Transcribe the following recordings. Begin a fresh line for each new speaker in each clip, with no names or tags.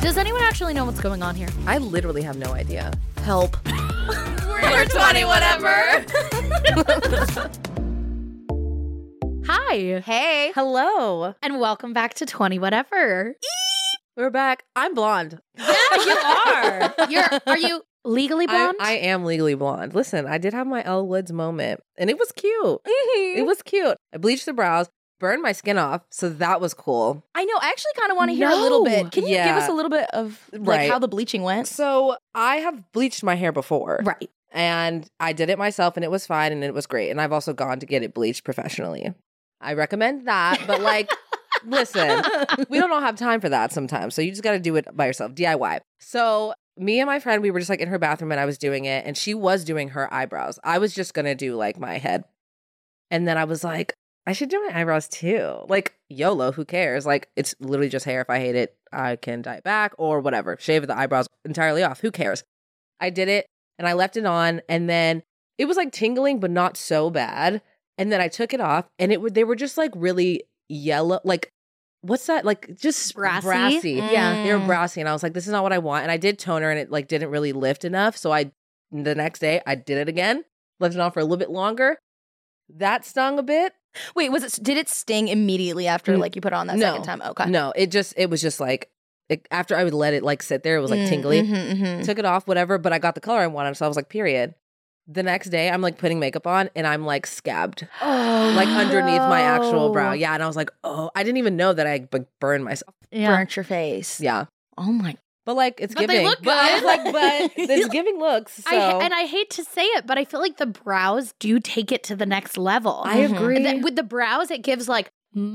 Does anyone actually know what's going on here?
I literally have no idea. Help.
We're 20, whatever. Hi.
Hey.
Hello. And welcome back to 20, whatever.
We're back. I'm blonde.
Yeah, you are. You're, are you legally blonde?
I, I am legally blonde. Listen, I did have my Elle Woods moment, and it was cute.
Mm-hmm.
It was cute. I bleached the brows, burned my skin off, so that was cool.
I know. I actually kind of want to hear a little
No.
bit. Can you
Yeah.
give us a little bit of like
Right.
how the bleaching went?
So I have bleached my hair before.
Right.
And I did it myself, and it was fine, and it was great. And I've also gone to get it bleached professionally. I recommend that, but like, listen, we don't all have time for that sometimes. So you just got to do it by yourself, DIY. So me and my friend, we were just like in her bathroom and I was doing it and she was doing her eyebrows. I was just going to do like my head. And then I was like, I should do my eyebrows too. Like YOLO, who cares? Like it's literally just hair. If I hate it, I can dye it back or whatever. Shave the eyebrows entirely off. Who cares? I did it and I left it on and then it was like tingling but not so bad. And then I took it off and it would they were just like really yellow like what's that like just
Brassy?
brassy.
Yeah.
They were brassy, and I was like, "This is not what I want." And I did toner, and it like didn't really lift enough. So I, the next day, I did it again, left it on for a little bit longer. That stung a bit.
Wait, was it? Did it sting immediately after
Mm.
like you put it on that
No.
second time? Okay.
No, it just it was just like it, after I would let it like sit there, it was like
Mm,
tingly.
mm-hmm.
mhm, mhm.
Took it off, whatever. But I got the color I wanted, so I was like, "Period." The next day, I'm like putting makeup on, and I'm like scabbed,
Oh,
like underneath my actual brow.
no.
Yeah, and I was like, "Oh, I didn't even know that I like burned myself."
yeah.
Burnt your face.
Yeah,
Oh my.
but like it's
But they
giving.
look
But I was
good.
like, "But it's giving looks." So.
I, and I hate to say it, but I feel like the brows do take it to the next level.
I
Mhm.
agree.
And that- with the brows, it gives like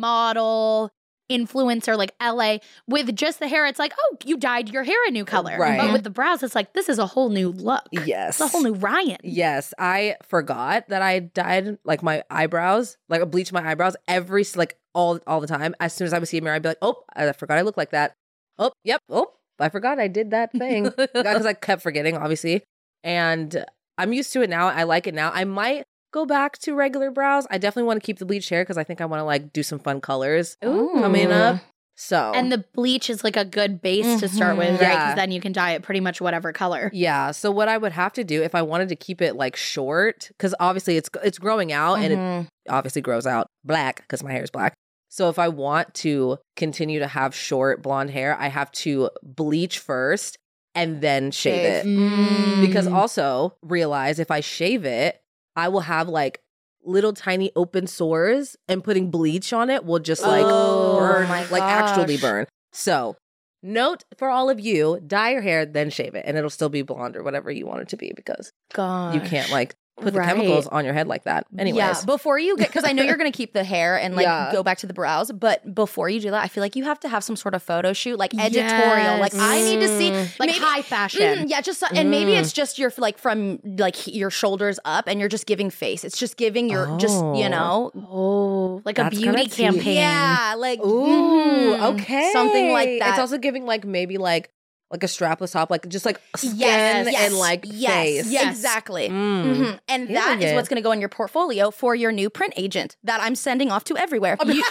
model, influencer, like LA. With just the hair, it's like, oh, you dyed your hair a new color.
Uh, Right.
But with the brows, it's like, this is a whole new look.
yes.
It's a whole new Ryan.
Yes, I forgot that I dyed like my eyebrows, like I bleached my eyebrows every s- like all all the time. As soon as I would see a mirror, I'd be like, "Oh, I forgot I look like that." Oh, yep. Oh, I forgot I did that thing because I kept forgetting, obviously. And I'm used to it now. I like it now. I might go back to regular brows. I definitely want to keep the bleached hair because I think I want to like do some fun colors coming up. So
And the bleach is like a good base to start with,
Mhm.
right?
Yeah.
Because then you can dye it pretty much whatever color.
Yeah. So what I would have to do if I wanted to keep it like short, because obviously it's it's growing out
Uh-huh.
and it
Mhm.
obviously grows out black because my hair is black. So if I want to continue to have short blonde hair, I have to bleach first and then shave it.
Shave. Mm.
mm, Because also realize if I shave it, I will have like little tiny open sores and putting bleach on it will just like
Oh
burn,
my
like actually
gosh.
burn. So note for all of you, dye your hair, then shave it, and it'll still be blonde or whatever you want it to be because
Gosh.
you can't like put
Right.
the chemicals on your head like that. Anyways.
Yeah, before you get, because I know you're going to keep the hair and like
Yeah.
go back to the brows, but before you do that, I feel like you have to have some sort of photo shoot, like editorial. Like, I need to see,
Like
maybe-
high fashion.
Mm, yeah, just so- and maybe
Mm.
it's just your like from like he- your shoulders up, and you're just giving face. It's just giving your just
Oh.
you know.
Oh, like a
That's
beauty
kinda deep.
campaign.
Mm. Yeah, like
Ooh,
mhm,
okay.
Mm-hmm.
something like that.
It's also giving like maybe like like a strapless top, like just like skin and like
yes,
face.
Yes.
Exactly.
Mm.
hmm And
Yeah,
that is
yeah.
what's going to go in your portfolio for your new print agent that I'm sending off to everywhere.
Oh,
You,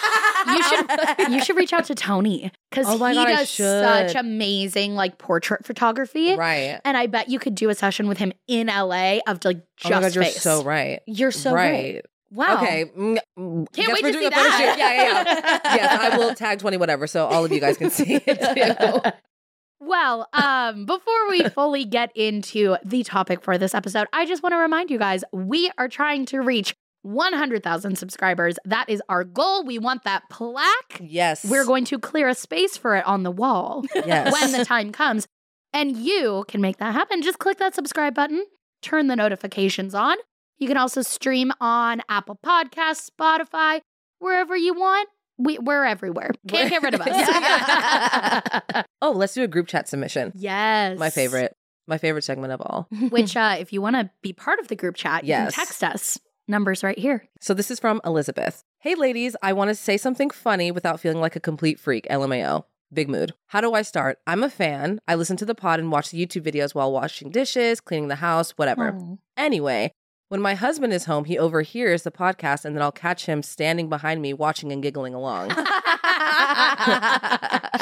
you should you should reach out to Tony because
Oh my
he
God, I
does
should.
such amazing like portrait photography.
Right.
And I bet you could do a session with him in LA of like
Oh
just
my god, you're
face.
so right.
You're so right.
right.
Wow.
Okay. Mm,
Can't
mm, guess
wait
we're
to
doing
see
a photo
that.
shoot. Yeah, yeah, yeah. yes, I will tag 20 whatever so all of you guys can see it too.
Well, um, before we fully get into the topic for this episode, I just want to remind you guys we are trying to reach 100,000 subscribers. That is our goal. We want that plaque.
Yes.
We're going to clear a space for it on the wall
yes.
when the time comes. And you can make that happen. Just click that subscribe button, turn the notifications on. You can also stream on Apple Podcasts, Spotify, wherever you want. We, we're everywhere. Can't get rid of us.
Oh, let's do a group chat submission.
yes.
My favorite. My favorite segment of all.
Which, uh, if you want to be part of the group chat, you
Yes.
can text us. Numbers right here.
So this is from Elizabeth. Hey ladies, I want to say something funny without feeling like a complete freak. LMAO. Big mood. How do I start? I'm a fan. I listen to the pod and watch the YouTube videos while washing dishes, cleaning the house, whatever. Anyway, when my husband is home, he overhears the podcast and then I'll catch him standing behind me watching and giggling along.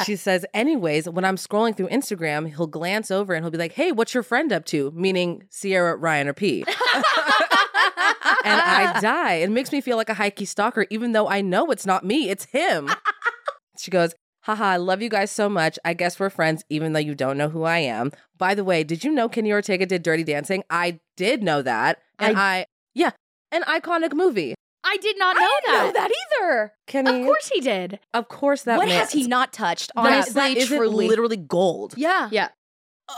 she says, anyways, when I'm scrolling through Instagram, he'll glance over and he'll be like, hey, what's your friend up to? Meaning Sierra, Ryan, or P. and I die. It makes me feel like a high key stalker, even though I know it's not me, it's him. she goes, haha, I love you guys so much. I guess we're friends, even though you don't know who I am. By the way, did you know Kenny Ortega did Dirty Dancing? I did know that. And I, yeah, an iconic movie.
I did not know that.
know that either.
Kenny,
Of course he did.
of course that
what
man-
has he not touched?
that-
Honestly,
that isn't
truly.
literally gold.
yeah.
Yeah.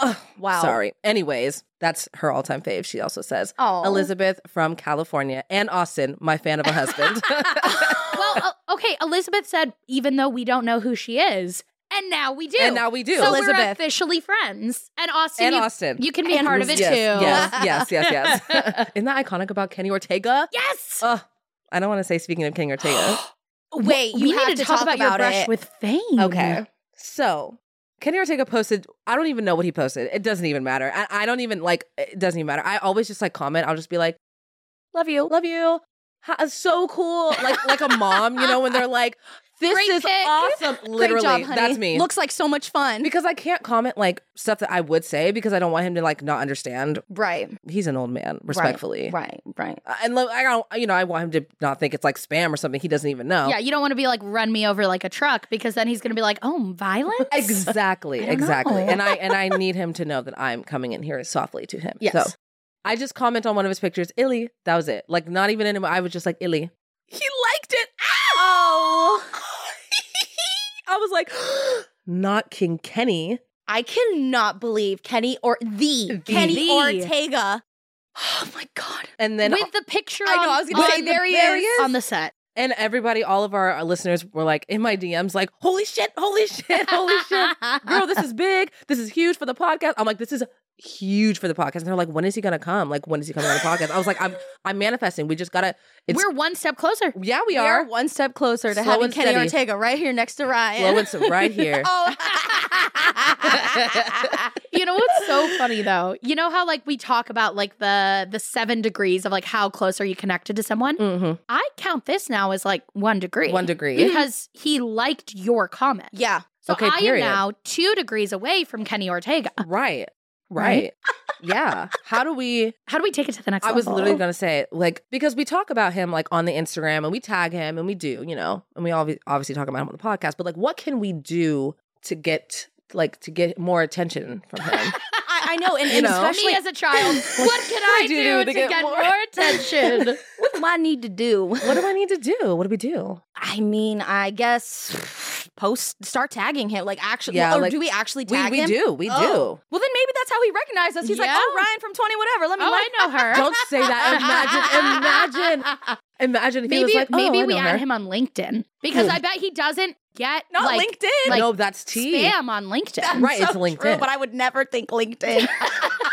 Ugh,
Wow.
Sorry. Anyways, that's her all time fave. She also says,
Oh.
Elizabeth from California and Austin, my fan of a husband.
well, uh, okay. Elizabeth said, even though we don't know who she is, and now we do.
and now we do.
So we're
Elizabeth.
officially friends. And Austin,
and
you,
Austin.
you can be part of it
yes,
too.
Yes, yes, yes, yes. Isn't that iconic about Kenny Ortega?
Yes.
Ugh, I don't want to say speaking of Kenny Ortega.
Wait, you
we
have
need to,
to
talk, about, your brush
it.
with fame.
Okay. So Kenny Ortega posted, I don't even know what he posted. It doesn't even matter. I, I don't even like, it doesn't even matter. I always just like comment. I'll just be like, love you, love you. Ha- so cool. Like, like a mom, you know, when they're like, this
Great
is
pick.
awesome. Literally,
Great job, honey.
that's me.
Looks like so much fun.
because I can't comment like stuff that I would say because I don't want him to like not understand.
right.
He's an old man, respectfully.
Right. Right.
Uh, And like, I don't, you know, I want him to not think it's like spam or something. He doesn't even know.
Yeah, you don't want to be like run me over like a truck because then he's gonna be like, oh, violence.
Exactly,
I don't
exactly.
know.
And I and I need him to know that I'm coming in here softly to him.
Yes.
So I just comment on one of his pictures, Illy. That was it. Like not even anymore. I was just like Illy. He liked it. Oh. I was like, not King Kenny.
I cannot believe Kenny or the, Kenny
The.
Ortega. Oh my god.
And then
with the picture.
I know,
on-
I was gonna
on
say,
the-
there he
there
is.
on the set.
and everybody, all of our uh, listeners were like in my DMs, like, holy shit, holy shit, holy shit. Girl, this is big. This is huge for the podcast. I'm like, this is huge for the podcast. And they're like, when is he gonna come? Like, when is he coming on the podcast? I was like, I'm I'm manifesting. We just gotta it's
We're one step closer.
Yeah, we,
We
are.
are one step closer to
Slow
having
and
Kenny
steady.
Ortega right here next to Ryan.
Slow and s- right here.
oh.
You know what's so funny though? You know how like we talk about like the the seven degrees of like how close are you connected to someone?
Mm-hmm.
I count this now as like one degree.
One degree.
because he liked your comment.
yeah.
So
Okay,
I
period.
am now two degrees away from Kenny Ortega.
right.
Right?
Right. yeah. How do we
How do we take it to the next
I
level?
was literally gonna say like because we talk about him like on the Instagram and we tag him and we do, you know, and we obvi- obviously talk about him on the podcast, but like what can we do to get like to get more attention from him?
I, I know, and,
You
and
know.
especially
me as a child. What can I do, to, get, more, attention?
what do I need to do?
what do I need to do? What do we do?
I mean, I guess post start tagging him. Like actually,
Yeah,
or
like-
do we actually
We,
tag
we
him?
do, we
Oh. Well, then maybe that's how he recognized us. He's like,
Yeah.
oh, Ryan from Twenty Whatever. Let me
Oh,
like.
I know her.
do. Don't say that. Imagine, imagine, imagine if he
maybe
was like, oh,
maybe
I
we
know
add
her.
him on LinkedIn because I bet he doesn't get
Not
like,
LinkedIn.
like,
no, that's tea.
spam on LinkedIn.
That's
Right,
so
it's LinkedIn.
true, but I would never think LinkedIn.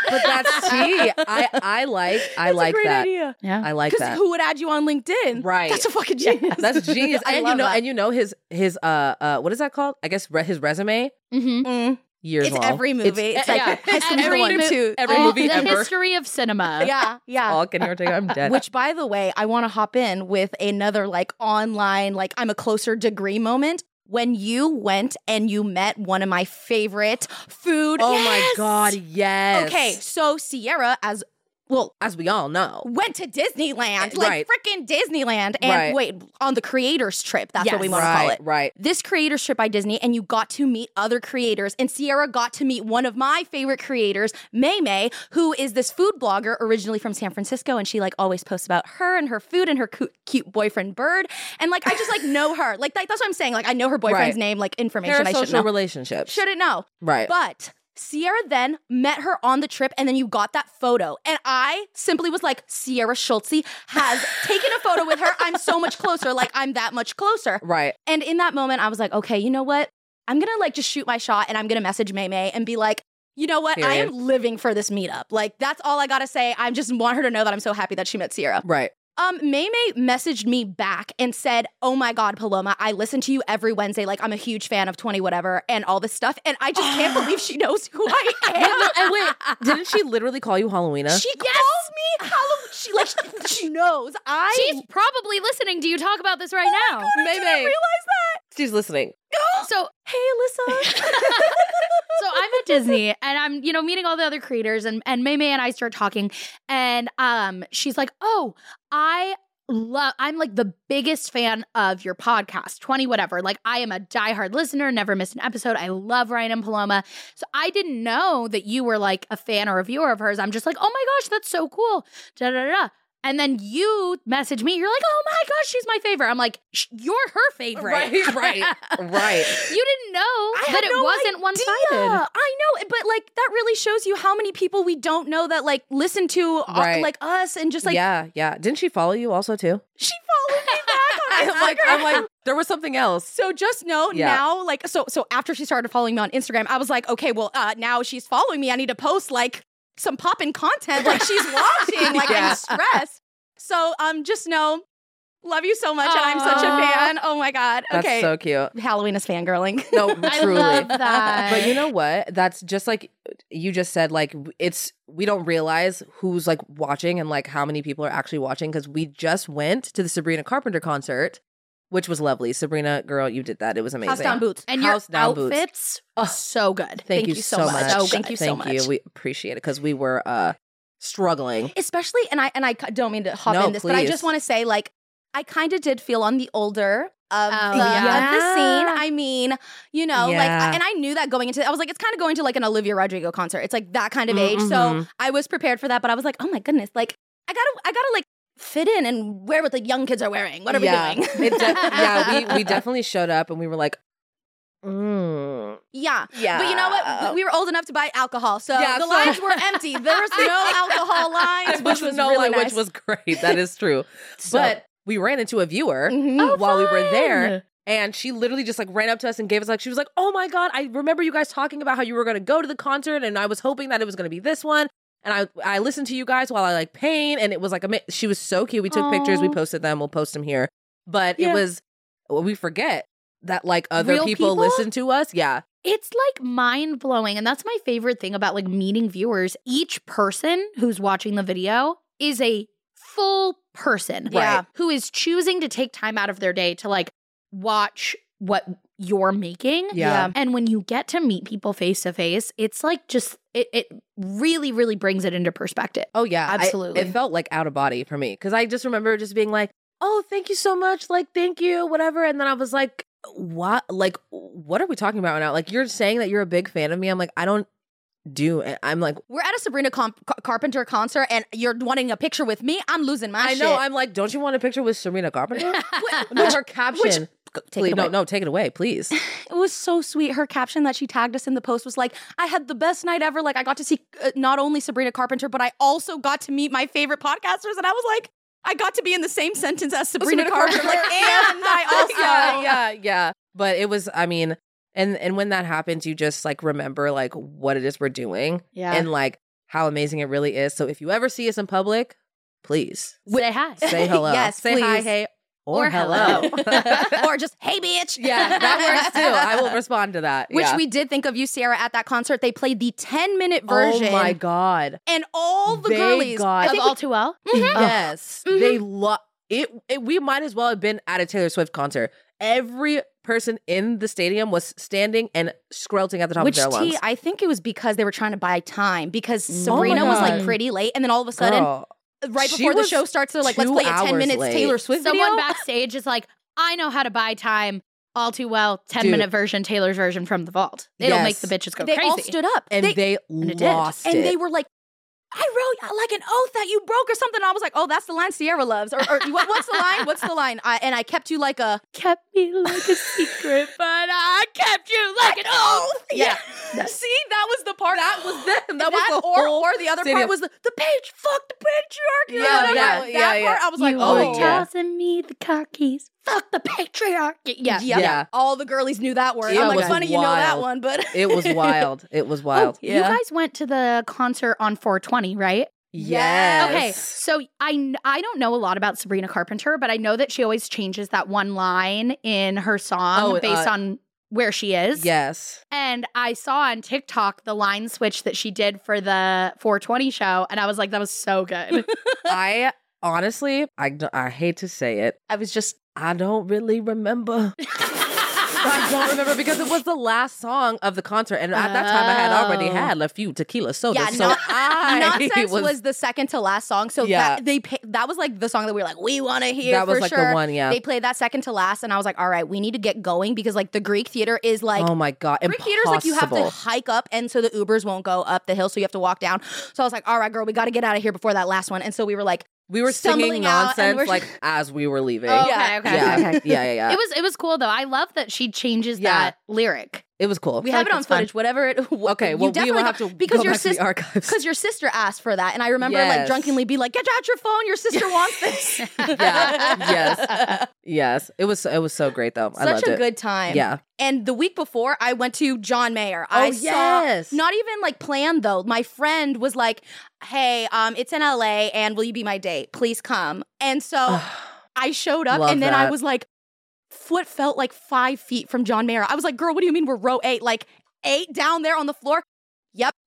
But that's tea. I, I like, I like that.
idea.
yeah.
I like
Because
that.
who would add you on LinkedIn?
Right.
That's a fucking genius.
That's genius.
I
and you
love
know,
that.
and you know his his uh uh what is that called? I guess re- his resume.
Mm-hmm.
Mm.
years e-,
it's
long.
every movie. It's, like
yeah.
has some
Every
one,
mo-
two,
every
three.
All
movie
the
ever.
history of cinema.
Yeah, yeah.
All Kenny Ortega, I'm dead.
Which, by the way, I want to hop in with another like online, like I'm a closer degree moment. When you went and you met one of my favorite food.
oh my
Yes!
god, yes.
Okay, so Sierra, as well,
as we all know,
went to Disneyland, like
Eh, Right.
freaking Disneyland, and
Right.
wait, on the creators trip. That's what
Yes.
we want to call
right,
it.
right.
This creators trip by Disney, and you got to meet other creators. And Sierra got to meet one of my favorite creators, May May, who is this food blogger originally from San Francisco, and she like always posts about her and her food and her cu- cute boyfriend Bird. And like I just like know her. Like that- that's what I'm saying. Like I know her boyfriend's
Right.
name, like information I should
Parasocial
know.
relationships.
Shouldn't know.
right.
But Sierra then met her on the trip, and then you got that photo. And I simply was like, Sierra Schultze has taken a photo with her. I'm so much closer. Like, I'm that much closer.
right.
And in that moment, I was like, okay, you know what? I'm gonna like just shoot my shot and I'm gonna message May May and be like, you know what? I am
Period.
living for this meetup. Like, that's all I gotta say. I just want her to know that I'm so happy that she met Sierra.
Right.
Um, May May messaged me back and said, "Oh my God, Paloma, I listen to you every Wednesday. Like I'm a huge fan of Twenty Whatever and all this stuff, and I just can't believe she knows who I am."
And wait, didn't she literally call you Halloweena?
she calls me Halloween. She like she, she knows I.
She's probably listening to you talk about this right now.
I didn't
May May.
realize that.
She's listening.
So
Hey, Alyssa.
so I'm at Disney and I'm, you know, meeting all the other creators and and May May and I start talking and um she's like, "Oh, I love I'm like the biggest fan of your podcast, 20 whatever. Like I am a diehard listener, never missed an episode. I love Ryan and Paloma. So I didn't know that you were like a fan or a viewer of hers. I'm just like, "Oh my gosh, that's so cool." Da da da. da. And then you message me. You're like, "Oh my gosh, she's my favorite." I'm like, "Sh- "You're her favorite."
Right, right, right.
You didn't know
I
that
had
it
no
wasn't one sided.
Yeah, I know, but like that really shows you how many people we don't know that like listen to uh,
Right.
like us and just like
yeah, yeah. Didn't she follow you also too?
she followed me back on
I'm
Instagram.
like, I'm like, there was something else.
So just know
Yeah.
now, like, so so after she started following me on Instagram, I was like, okay, well, uh, now she's following me. I need to post like some poppin' content, like she's watching, like
Yeah.
I'm stressed. So um, just know, love you so much, and I'm such a
Aw.
fan. Oh my god,
That's
okay,
so cute.
Halloween is fangirling.
No,
I
truly.
love that.
But you know what? That's just like you just said. Like it's we don't realize who's like watching and like how many people are actually watching because we just went to the Sabrina Carpenter concert, which was lovely. Sabrina, girl, you did that. It was amazing.
House down boots.
and
House
your
down boots.
outfits so good.
Thank, you, so much.
So Thank you so
Thank you.
much.
We appreciate it because we were uh struggling.
especially and I and I c- don't mean to hop
No,
in this, but I
please.
just want to say like I kind of did feel on the older of,
Oh,
the,
yeah.
of the scene. I mean, you know, like
Yeah.
I- and I knew that going into I was like it's kind of going to like an Olivia Rodrigo concert. It's like that kind of age. So
Mhm.
I was prepared for that, but I was like, "Oh my goodness, like I got to I got to like fit in and wear what the young kids are wearing. What are
yeah.
we doing?"
It de- yeah, we, we definitely showed up and we were like, mm,
yeah.
yeah.
But you know what? We were old enough to buy alcohol, so
Yeah,
the
so-
lines were empty. There was no alcohol lines,
It
which was really
like,
nice.
which was great. That is true.
So-
but we ran into a viewer
Mhm.
Oh,
while we were there, and she literally just like ran up to us and gave us like she was like, "Oh my god, I remember you guys talking about how you were going to go to the concert, and I was hoping that it was going to be this one." And I I listened to you guys while I like pain, and it was like ama- she was so cute. We took pictures, we
Aw.
posted them, we'll post them here. But it
Yeah.
was well, we forget that like other
Real
people,
people?
listen to us. Yeah,
It's like mind blowing. And that's my favorite thing about like meeting viewers. Each person who's watching the video is a full person
Yeah.
who is choosing to take time out of their day to like watch what you're making.
Yeah.
And when you get to meet people face to face, it's like just, it, it really, really brings it into perspective.
Oh yeah, I-
Absolutely.
it felt like out of body for me because I just remember just being like, "Oh, thank you so much, like thank you, whatever." And then I was like, "What? Like, what are we talking about right now? Like, you're saying that you're a big fan of me. I'm like, I don't do. it." I'm like,
We're at a Sabrina Comp- Car- Carpenter concert, and you're wanting a picture with me. I'm losing my
I
Ah, shit.
know. I'm like, don't you want a picture with Serena Carpenter? no, her caption.
take
please,
it
no,
away.
no, take it away, please.
It was so sweet. Her caption that she tagged us in the post was like, "I had the best night ever. Like, I got to see uh, not only Sabrina Carpenter, but I also got to meet my favorite podcasters." And I was like, "I got to be in the same sentence as Sabrina,
Sabrina
Carpenter,
Carpenter.
like, and I also."
yeah, yeah, yeah. But it was, I mean, and and when that happens, you just like remember like what it is we're doing.
Yeah.
and like how amazing it really is. So if you ever see us in public, please
Say hi.
say hello.
Yes,
say hi,
please.
hey,
Or hello.
or just, hey, bitch.
yeah, that works too. I will respond to that.
Which
yeah.
we did think of you, Sierra, at that concert. They played the 10 minute version.
Oh my god.
And all the
They
girlies.
got-
I
Of
think
all too well.
Yes,
Mm-hmm.
they love it, it. We might as well have been at a Taylor Swift concert. Every person in the stadium was standing and scrolling at the top
Which
of their lungs.
T, I think it was because they were trying to buy time because Serena was like
Oh God.
pretty late, and then all of a sudden,
Girl,
right
she
before the
was
show starts, they're like, "Let's
two
play a ten
hours
minutes
late.
Taylor Swift
Someone
video."
backstage is like, I know how to buy time. All too well, 10
Dude.
minute version, Taylor's version from the vault. It'll make
Yes.
the bitches go
they
crazy.
all stood up,
and they,
it did.
lost
and
it.
they were like. I wrote like an oath that you broke or something. And I was like, "Oh, that's the line Sierra loves." Or, or what, what's the line? What's the line? I, and I kept you like a
kept me like a secret, but I kept you like an oath.
Yeah. See, that was the part. That was
them. That was the
or,
whole
or the other
stadium.
part was the, the page. Fuck the patriarchy. or
Yeah,
whatever.
yeah,
that
yeah, yeah.
part. I was like,
you
oh,
were
yeah.
tossing me the car keys. Fuck the patriarchy. Yeah.
Yeah.
Yeah.
All the girlies knew that word.
It
I'm like,
was
funny you know that
wild.
one, but
it was wild. It was
Oh,
wild.
you
Yeah.
guys went to the concert on 420, right?
yes.
Okay, so I kn- I don't know a lot about Sabrina Carpenter, but I know that she always changes that one line in her song
Oh,
based
uh,
on where she is.
Yes.
And I saw on TikTok the line switch that she did for the 420 show, and I was like, that was so good.
I honestly, I d- I hate to say it.
I was just
I don't really remember. I don't remember because it was the last song of the concert, and at that time I had already
Oh.
had a few tequila sodas,
Yeah,
so
not-
I
nonsense was, the second to last song. So
Yeah.
that they pa- that was like the song that we were like, we want to hear.
that was
for
like
sure.
the one, yeah.
They played that second to last, and I was like, all right, we need to get going because like the Greek theater is like
oh my god,
Greek theater's like you have to
impossible.
hike up, and so the Ubers won't go up the hill, so you have to walk down. So I was like, all right, girl, we got to get out of here before that last one. And so we were like,
We were
stumbling
singing
out and
nonsense
we're- Oh,
like as we were leaving.
okay,
Yeah.
okay,
yeah.
okay.
yeah, yeah, yeah.
It was it was cool though. I love that she changes
Yeah.
that lyric.
It was cool.
we have it on footage, whatever. It,
Okay,
you
well, we
definitely
will
got-
have to
because
go
your
back to the
sister
archives.
Because your sister asked for that. And I remember like
Yes.
drunkenly be like, get out your phone. Your sister wants this.
yeah, yes, yes. It was it was so great though. I
Such
loved
a
it.
good time.
Yeah.
And the week before, I went to John Mayer.
Oh,
I
yes.
saw not even like planned though. My friend was like, "Hey, um, it's in LA, and will you be my date? Please come." And so I showed up,
Love
and then I
that.
was like, foot felt like five feet from John Mayer. I was like, "Girl, what do you mean we're row eight? Like eight down there on the floor?"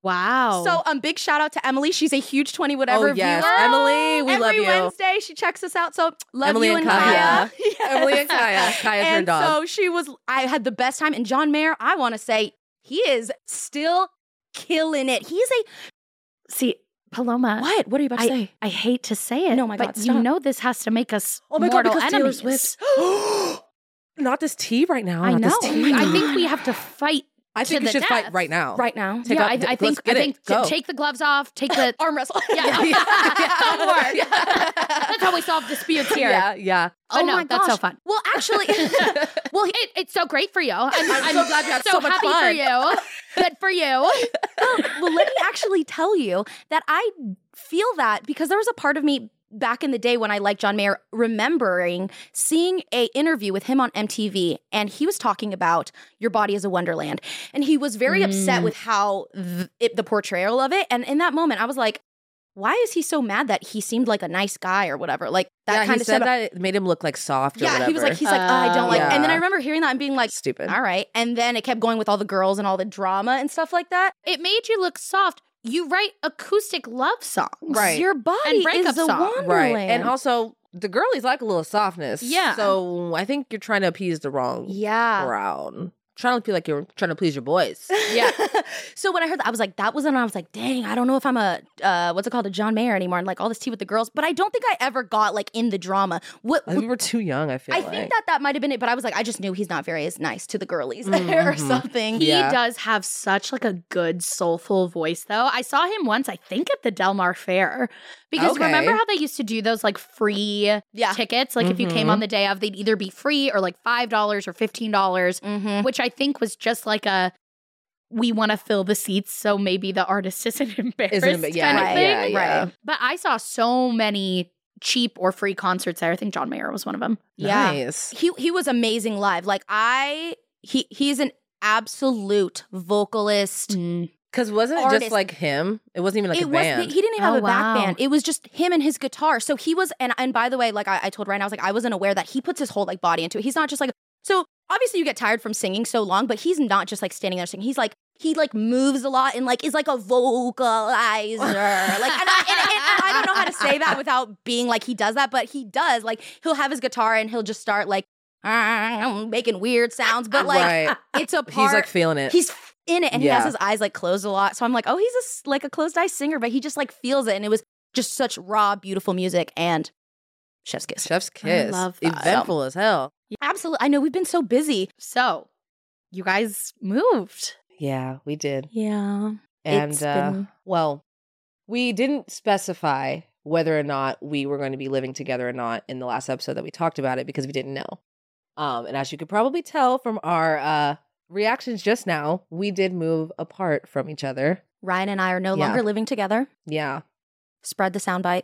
Wow.
So, um, big shout out to Emily. She's a huge twenty whatever
oh yes,
viewer.
Emily, we
Every
love you.
Wednesday, she checks us out. So love
Emily
you
and
and,
Kaya.
Kaya. Yes.
Emily and Kaya. Kaya's her
and
dog.
so she was. I had the best time. And John Mayer, I want to say he is still killing it. He's a
see, Paloma,
what? What are you about to say?
I hate to say it.
No, my
but
God,
you
stop.
know this has to make us
Oh my god,
mortal
because Taylor
enemies.
Swift. Oh Not this tea right now.
I
not
know.
this tea.
Oh I think we have to fight.
I think
to
we
the
should fight
death.
right now.
Right now,
Take
yeah,
out
I,
the-
I
let's
think I
get it.
think to
Go.
take the gloves off. Take the
arm wrestle.
yeah.
Yeah.
Don't work. That's how we solve disputes here.
Yeah, yeah.
But
Oh
no,
my
that's so
gosh.
fun.
Well, actually,
Well, it, it's so great for you. I'm, I'm
so glad you had so much
happy for
fun.
you. Good for you.
well, let me actually tell you that I feel that because there was a part of me back in the day when I liked John Mayer remembering seeing a interview with him on MTV and he was talking about your body is a wonderland and he was very
Mm.
upset with how th- it, the portrayal of it and in that moment I was like why is he so mad that he seemed like a nice guy or whatever like that
yeah,
kind
he
of
said
stuff
that it made him look like soft or
yeah
whatever.
he was like he's like oh, I don't like and then I
Yeah.
remember hearing that and being like
stupid.
all right and then it kept going with all the girls and all the drama and stuff like that
It made you look soft. You write acoustic love songs.
Right.
Your body
breakup
is a
song. Right.
Right.
wonderland.
And also the girlies like a little softness.
Yeah.
So I think you're trying to appease the wrong
yeah.
crowd. Trying to feel like you're trying to please your boys.
Yeah.
so when I heard that, I was like, that was, and I was like, dang, I don't know if I'm a uh, what's it called, a John Mayer anymore, and like all this tea with the girls. But I don't think I ever got like in the drama. What?
Like, we were too young, I feel
I
like.
think that that might have been it, but I was like, I just knew he's not very as nice to the girlies or
Mhm.
something.
Mm-hmm. He
Yeah.
does have such like a good soulful voice though. I saw him once, I think at the Del Mar Fair. Because
Okay.
remember how they used to do those like free
Yeah.
tickets? Like if you came
Mhm.
on the day of, they'd either be free or like five dollars or fifteen dollars,
Mm-hmm.
which I think was just like a we want to fill the seats so maybe the artist isn't embarrassed
Isn't it? Yeah,
kind of
yeah,
thing.
yeah, yeah.
Right.
But I saw so many cheap or free concerts there. I think John Mayer was one of them.
Yeah.
Nice.
He he was amazing live. Like I, he he's an absolute vocalist.
Because wasn't it
artist.
just like him? It wasn't even like
it
a
was
band.
he didn't even have
Oh,
a back
wow.
band. It was just him and his guitar. So he was and and by the way, like I, I told Ryan, I was like I wasn't aware that he puts his whole like body into it. He's not just like so obviously you get tired from singing so long, but he's not just like standing there singing. He's like he like moves a lot and like is like a vocalizer. like and I, and, and- and I don't know how to say that without being like he does that, but he does. Like he'll have his guitar and he'll just start like making weird sounds, but like
right.
it's a part
He's like feeling it.
he's f- in it and he
Uh, Yeah.
has his eyes like closed a lot so i'm like oh he's a, s- like a closed eye singer but he just like feels it and it was just such raw beautiful music and chef's kiss
Chef's kiss.
love that.
Eventful as hell.
absolutely i know we've been so busy
So, you guys moved.
Yeah, we did.
yeah
And
It's
uh,
been-
well, we didn't specify whether or not we were going to be living together or not in the last episode that we talked about it because we didn't know. Um, and as you could probably tell from our uh, reactions just now, we did move apart from each other.
ryan and i are no
Yeah.
longer living together
Yeah.
spread the soundbite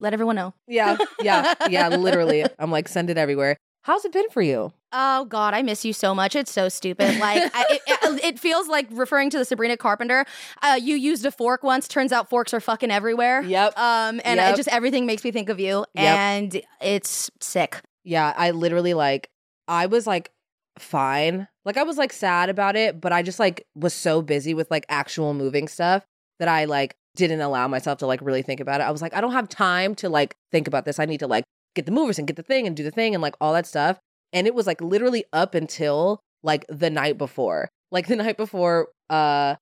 let everyone know
Yeah. Yeah. yeah. Literally. I'm like, send it everywhere. How's it been for you?
Oh God, I miss you so much. It's so stupid. Like I, it, it, it feels like referring to the Sabrina Carpenter. Uh, you used a fork once. Turns out forks are fucking everywhere.
Yep.
Um, and I
Yep.
just everything makes me think of you,
Yep.
and it's sick.
Yeah, I literally like I was like fine. Like I was like sad about it, but I just like was so busy with like actual moving stuff that I like didn't allow myself to like really think about it. I was like I don't have time to like think about this. I need to like get the movers and get the thing and do the thing and like all that stuff. And it was like literally up until like the night before. Like the night before uh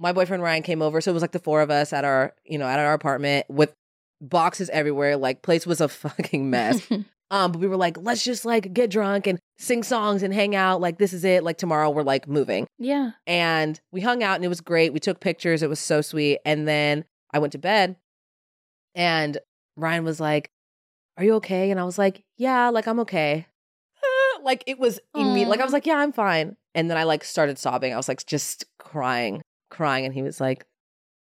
my boyfriend Ryan came over, so it was like the four of us at our, you know, at our apartment with boxes everywhere. Like place was a fucking mess. Um, but we were like, let's just like get drunk and sing songs and hang out. Like this is it. Like tomorrow we're like moving.
yeah.
And we hung out and it was great. We took pictures. It was so sweet. And then I went to bed and Ryan was like, Are you okay? And I was like, Yeah, like I'm okay. like it was in me. Like I was like, Yeah, I'm fine. And then I like started sobbing. I was like just crying, crying. And he was like,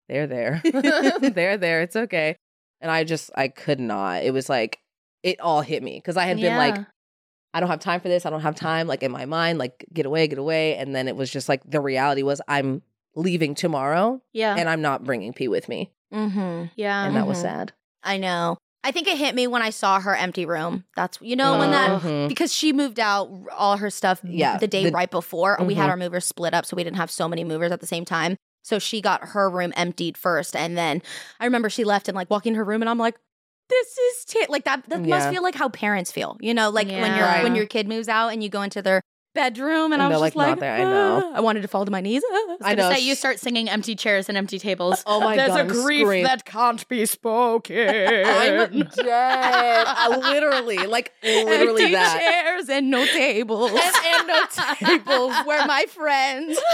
They're there. They're there. It's okay. And I just I could not. It was like it all hit me. Cause I had been like
Yeah.
I don't have time for this. I don't have time. Like in my mind, like get away, get away. And then it was just like the reality was I'm leaving tomorrow
yeah. Uh-huh.
and I'm not bringing P with me.
Mm-hmm.
yeah.
And that was
Mhm.
sad.
I know. I think it hit me when I saw her empty room. That's you know when that
Mhm.
because she moved out r- all her stuff
Yeah,
the day
the-
right before we
Mhm.
had our movers split up so we didn't have so many movers at the same time so she got her room emptied first and then i remember she left and like walking her room and i'm like this is t-. like that that must
Yeah.
feel like how parents feel you know like when your
Yeah.
when your kid moves out and you go into their bedroom and,
And
i was
they're,
just
like,
like,
not there. I know.
"Ah." i wanted to fall to my knees Ah.
I know.
Say you start singing empty chairs and empty tables.
Oh my
There's
god.
a grief that can't be spoken.
I'm dead. I literally, like literally
Empty
that.
chairs and no tables
And no tables.
where my friends.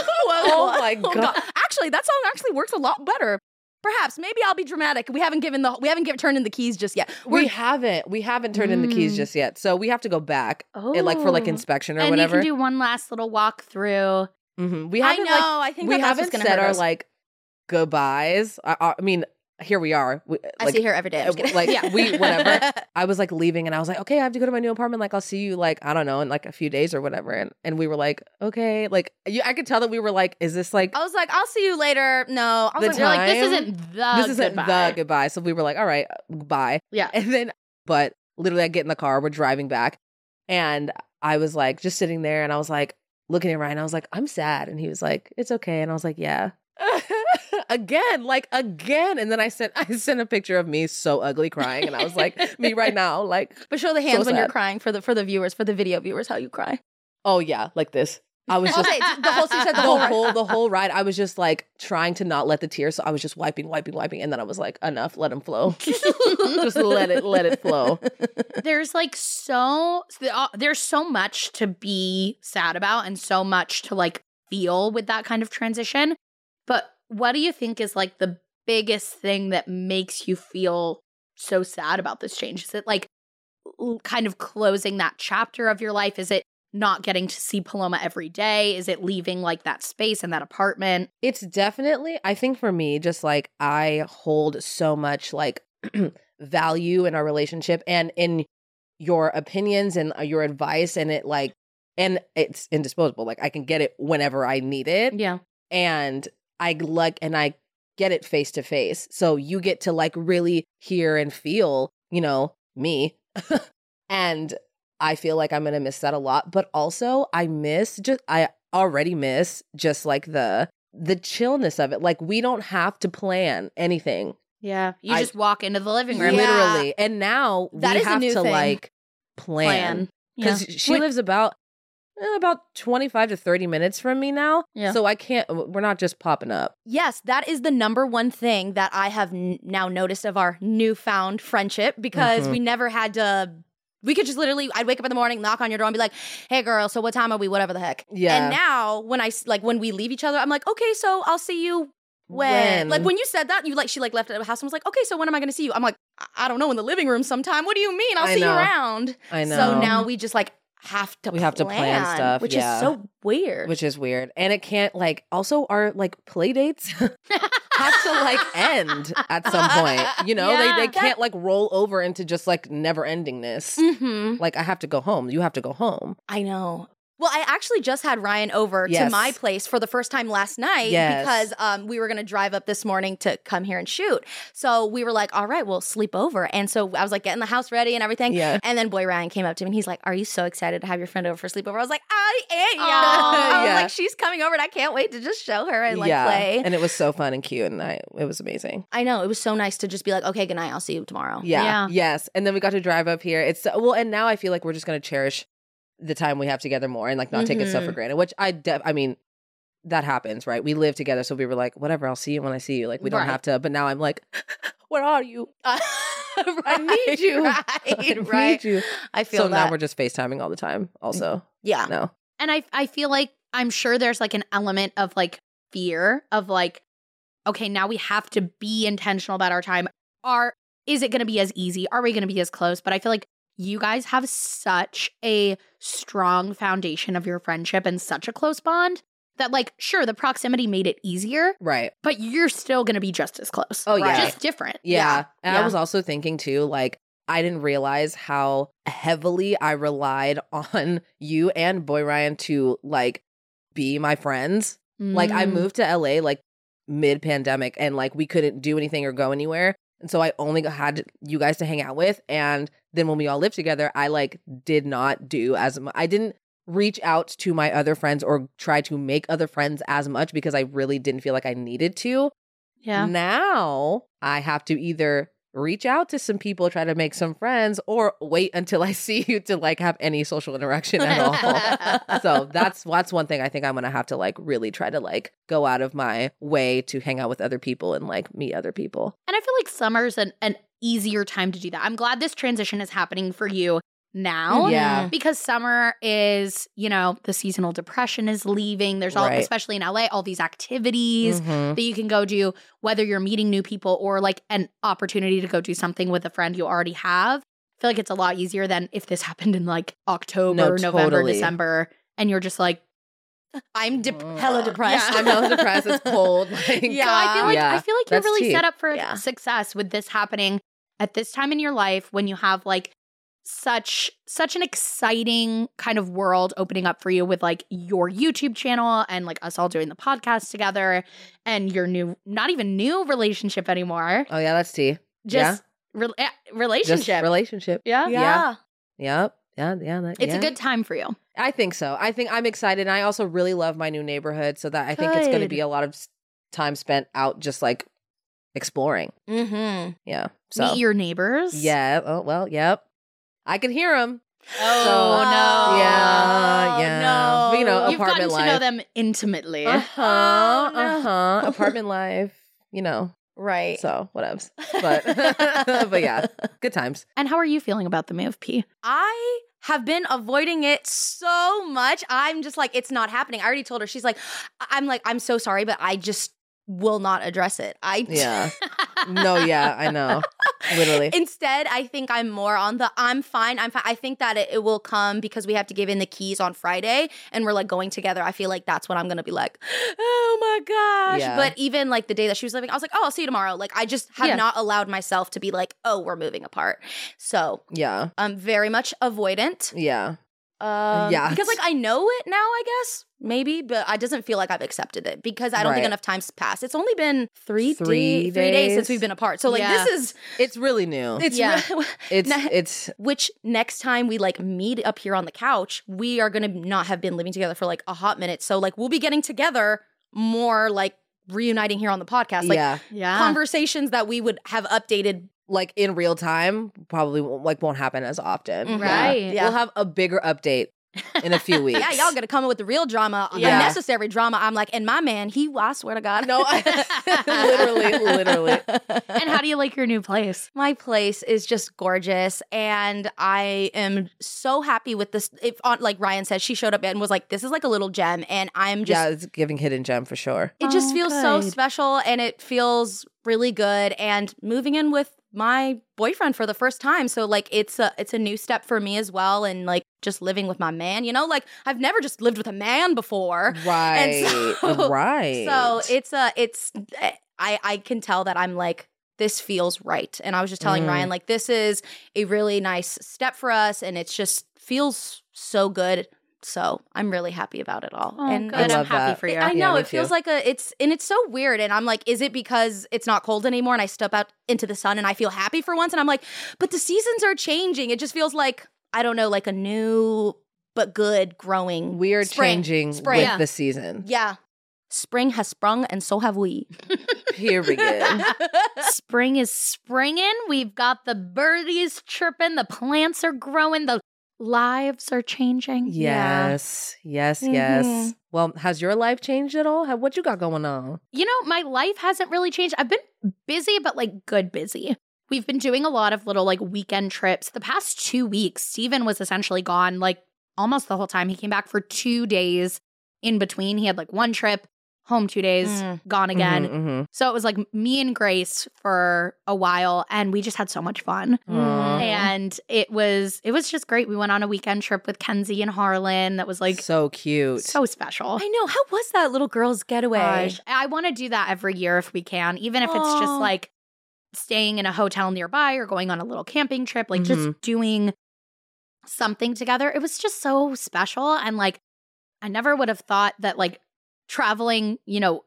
Oh my God.
Actually, that song actually works a lot better. Perhaps maybe I'll be dramatic. We haven't given the we haven't given, turned in the keys just yet. We're,
We haven't. We haven't turned in the keys
Mm.
just yet. So we have to go back.
oh.
And like for like inspection or
and
whatever.
you can do one last little walkthrough.
Mhm. We
Oh. I
haven't like
know. I think
we
that that's what's
haven't
gonna
said
hurt
our
us.
like goodbyes. I, I- I mean, here we are. We,
I
like,
see her every day. I'm just
uh,
kidding.
like, we- whatever. I was like leaving, and I was like, okay, I have to go to my new apartment. Like, I'll see you. Like, I don't know, in like a few days or whatever. And and we were like, okay, like you, I could tell that we were like, is this like
I was like, I'll see you later. No, I was
The
like,
time-
You're like, this
Time.
isn't the
this
Uh,
isn't
goodbye.
the goodbye? So we were like, all right, bye.
Yeah.
And then, but literally, I get in the car. We're driving back, and I was like, just sitting there, and I was like looking at Ryan. I was like, I'm sad, and he was like, it's okay, and I was like, yeah. again, like again, and then I sent I sent a picture of me so ugly crying, and I was like, me right now, like,
but show the hands when you're
sad.
crying for the for the viewers for the video viewers how you cry.
oh yeah, like this. I was
I'll
just
say it, the whole she
the
said the whole.
whole the whole ride. I was just like trying to not let the tears. So I was just wiping, wiping, wiping, and then I was like, enough, let them flow. just let it let it flow.
there's like so uh, there's so much to be sad about and so much to like feel with that kind of transition but what do you think is like the biggest thing that makes you feel so sad about this change is it like l- kind of closing that chapter of your life is it not getting to see paloma every day is it leaving like that space and that apartment
It's definitely, I think for me, just like I hold so much like value in our relationship and in your opinions and uh, your advice, and it like, and it's indisposable. Like I can get it whenever I need it.
yeah
And I like and I get it face to face. So you get to like really hear and feel, you know, me. and I feel like I'm going to miss that a lot, but also I miss just I already miss just like the the chillness of it. Like we don't have to plan anything
Yeah. You
I-
just walk into the living room.
Yeah.
literally. And now
That
we
is a
have
new
to
thing.
like plan
Plan. Yeah.
because she lives about eh, about 25 to 30 minutes from me now
Yeah.
so i can't we're not just popping up
Yes, that is the number one thing that I have n- now noticed of our newfound friendship because
Mm-hmm.
Mhm.
we never had to. We could just literally, I'd wake up in the morning, knock on your door, and be like, "Hey, girl, so what time are we? Whatever the heck."
Yeah.
And now, when I s- like when we leave each other, I'm like, "Okay, so I'll see you when."
When?
Like when you said that, you like she like left at the house and was like, "Okay, so when am I going to see you?" I'm like, I-, "I don't know, in the living room sometime." What do you mean? I'll
I
see you
know.
around.
i know
So now we just like have to.
We have to plan stuff,
which
yeah.
is so weird.
which is weird and it can't like also our like play dates have to like end at some point you know
Yeah.
they, they can't like roll over into just like never endingness
mm-hmm.
like i have to go home you have to go home
I know. Well, I actually just had Ryan over to
Yes.
my place for the first time last night
Yes.
because um, we were going to drive up this morning to come here and shoot. So we were like, all right, we'll sleep over. And so I was like getting the house ready and everything.
Yeah.
And then boy Ryan came up to me and he's like, are you so excited to have your friend over for sleepover? I was like, I am.
Aw.
I was
Yeah.
like, she's coming over and I can't wait to just show her and like
yeah
play.
and it was so fun and cute and i it was amazing
I know. It was so nice to just be like, okay, good night. I'll see you tomorrow.
Yeah.
Yeah.
Yes. And then we got to drive up here. It's well, and now I feel like we're just going to cherish the time we have together more and like not take it so for
Mhm.
granted, which I, de- I mean, that happens, right? We live together. So we were like, whatever, I'll see you when I see you. Like we don't
Right.
have to. But now I'm like, where are you?
Uh,
I need you.
Right.
I
right.
need you.
I feel
So
that.
now we're just FaceTiming all the time, also.
yeah.
No.
and I I feel like I'm sure there's like an element of like fear of like okay, now we have to be intentional about our time. Are is it going to be as easy? Are we going to be as close? But I feel like you guys have such a strong foundation of your friendship and such a close bond that like sure the proximity made it easier,
Right.
but you're still going to be just as close.
Oh, yeah.
Just different.
Yeah. And
Yeah.
I was also thinking too, like, I didn't realize how heavily I relied on you and Boy Ryan to like be my friends. Like, I
Mm.
moved to LA like mid pandemic and like we couldn't do anything or go anywhere. And so I only had you guys to hang out with. And then when we all lived together, I like did not do as much. I didn't reach out to my other friends or try to make other friends as much because I really didn't feel like I needed to.
Yeah.
Now I have to either reach out to some people, try to make some friends, or wait until I see you to like have any social interaction at all. so that's that's one thing I think I'm gonna have to like really try to like go out of my way to hang out with other people and like meet other people.
And I feel like summer's an, an easier time to do that. I'm glad this transition is happening for you now.
Oh, Yeah.
Because summer is, you know, the seasonal depression is leaving. There's all,
Right.
especially in LA, all these activities
Mhm.
that you can go do, whether you're meeting new people or like an opportunity to go do something with a friend you already have. I feel like it's a lot easier than if this happened in like October,
No,
November,
totally.
December, and you're just like,
I'm de-
Mm.
hella depressed.
I'm hella depressed. It's cold. Like,
Yeah.
So I feel like
Yeah,
I feel like you're
that's
really
tea.
set up for
Yeah.
success with this happening at this time in your life when you have like such such an exciting kind of world opening up for you with like your YouTube channel and like us all doing the podcast together and your new not even new relationship anymore
Oh yeah, that's tea.
just re- eh, relationship
Just relationship.
yeah,
Yeah. Yep. Yeah, yeah. That,
it's
yeah.
a good time for you
I think so. I think I'm excited. And I also really love my new neighborhood. So that I think it's going to
Good.
be a lot of s- time spent out just like exploring.
Mm-hmm.
Yeah. So,
meet your neighbors
yeah. Oh, well, yep. I can hear them.
oh no
Yeah. Yeah.
no.
You know,
you've gotten
apartment
to
life.
know them intimately
Uh huh.
Oh, no.
Uh huh. apartment life. You know,
Right.
so whatevs. But, but yeah, good times.
and how are you feeling about the move p
I have been avoiding it so much. I'm just like, it's not happening. I already told her. She's like, I- I'm like, I'm so sorry, but I just will not address it. I
Yeah. No, yeah, I know. Literally.
Instead, I think I'm more on the I'm fine. I'm fine. I think that it, it will come because we have to give in the keys on Friday and we're like going together. I feel like that's when I'm going to be like, oh my gosh.
Yeah.
But even like the day that she was leaving, I was like, oh, I'll see you tomorrow. Like I just have
Yeah.
not allowed myself to be like, oh, we're moving apart. So
Yeah.
I'm very much avoidant.
Yeah.
Um,
Yeah.
Because like I know it now, I guess. maybe, but I doesn't feel like I've accepted it because I don't
Right.
think enough time's passed. It's only been three
Three
da- three days
days.
since we've been apart. So like
Yeah.
this is
It's really new.
it's
Yeah.
re-
It's
Nah.
it's
which next time we like meet up here on the couch, we are gonna not have been living together for like a hot minute. So like we'll be getting together more like reuniting here on the podcast. Like
yeah,
Yeah.
conversations that we would have updated.
like in real time probably won't, like won't happen as often.
Mhm.
Yeah.
Right.
Yeah.
We'll have a bigger update in a few weeks.
Yeah, y'all gonna come up with the real drama, the
Yeah.
necessary drama. I'm like, and my man, he I swear to God.
No, literally, literally.
and how do you like your new place?
My place is just gorgeous, and I am so happy with this. If on like Ryan said, she showed up and was like, "This is like a little gem," and I'm just,
yeah, it's giving hidden gem for sure.
it just
Oh,
feels so
good.
special, and it feels really good. And moving in with my boyfriend for the first time, so like it's a it's a new step for me as well, and like just living with my man, you know, like I've never just lived with a man before,
Right.
so-
right.
so it's a it's eh, I I can tell that I'm like this feels right, and I was just telling
Mm.
Ryan like this is a really nice step for us, and it's just feels so good. So I'm really happy about it all.
Oh,
and
good.
I
I'm
it's-
love
happy
that.
for you.
I
Yeah,
know
me
it feels
too.
like a it's and it's so weird and I'm like is it because it's not cold anymore and I step out into the sun and I feel happy for once and I'm like but the seasons are changing it just feels like I don't know like a new but good growing
we are
spring.
changing
Spring.
with
Yeah.
the season.
yeah spring has sprung and so have we
Period.
Spring is springing. We've got the birdies chirping, the plants are growing, the lives are changing.
Yes. Yes. Yes. Well, has your life changed at all? Have, what you got going on?
You know, my life hasn't really changed. I've been busy, but like good busy. We've been doing a lot of little like weekend trips. The past two weeks, Steven was essentially gone like almost the whole time. He came back for two days in between. He had like one trip, home two days,
Mm.
gone again.
Mhm,
So it was like me and Grace for a while, and we just had so much fun.
mhm.
Mm. Uh-huh.
Aw.
And it was it was just great. We went on a weekend trip with Kenzie and Harlan that was like so,
so cute.
special.
I know. How was that little girl's getaway?
Gosh, I want to do that every year if we can, even if it's just
Aw.
like staying in a hotel nearby or going on a little camping trip, like
Mm-hmm.
just doing something together. It was just so special. And like, I never would have thought that like traveling, you know,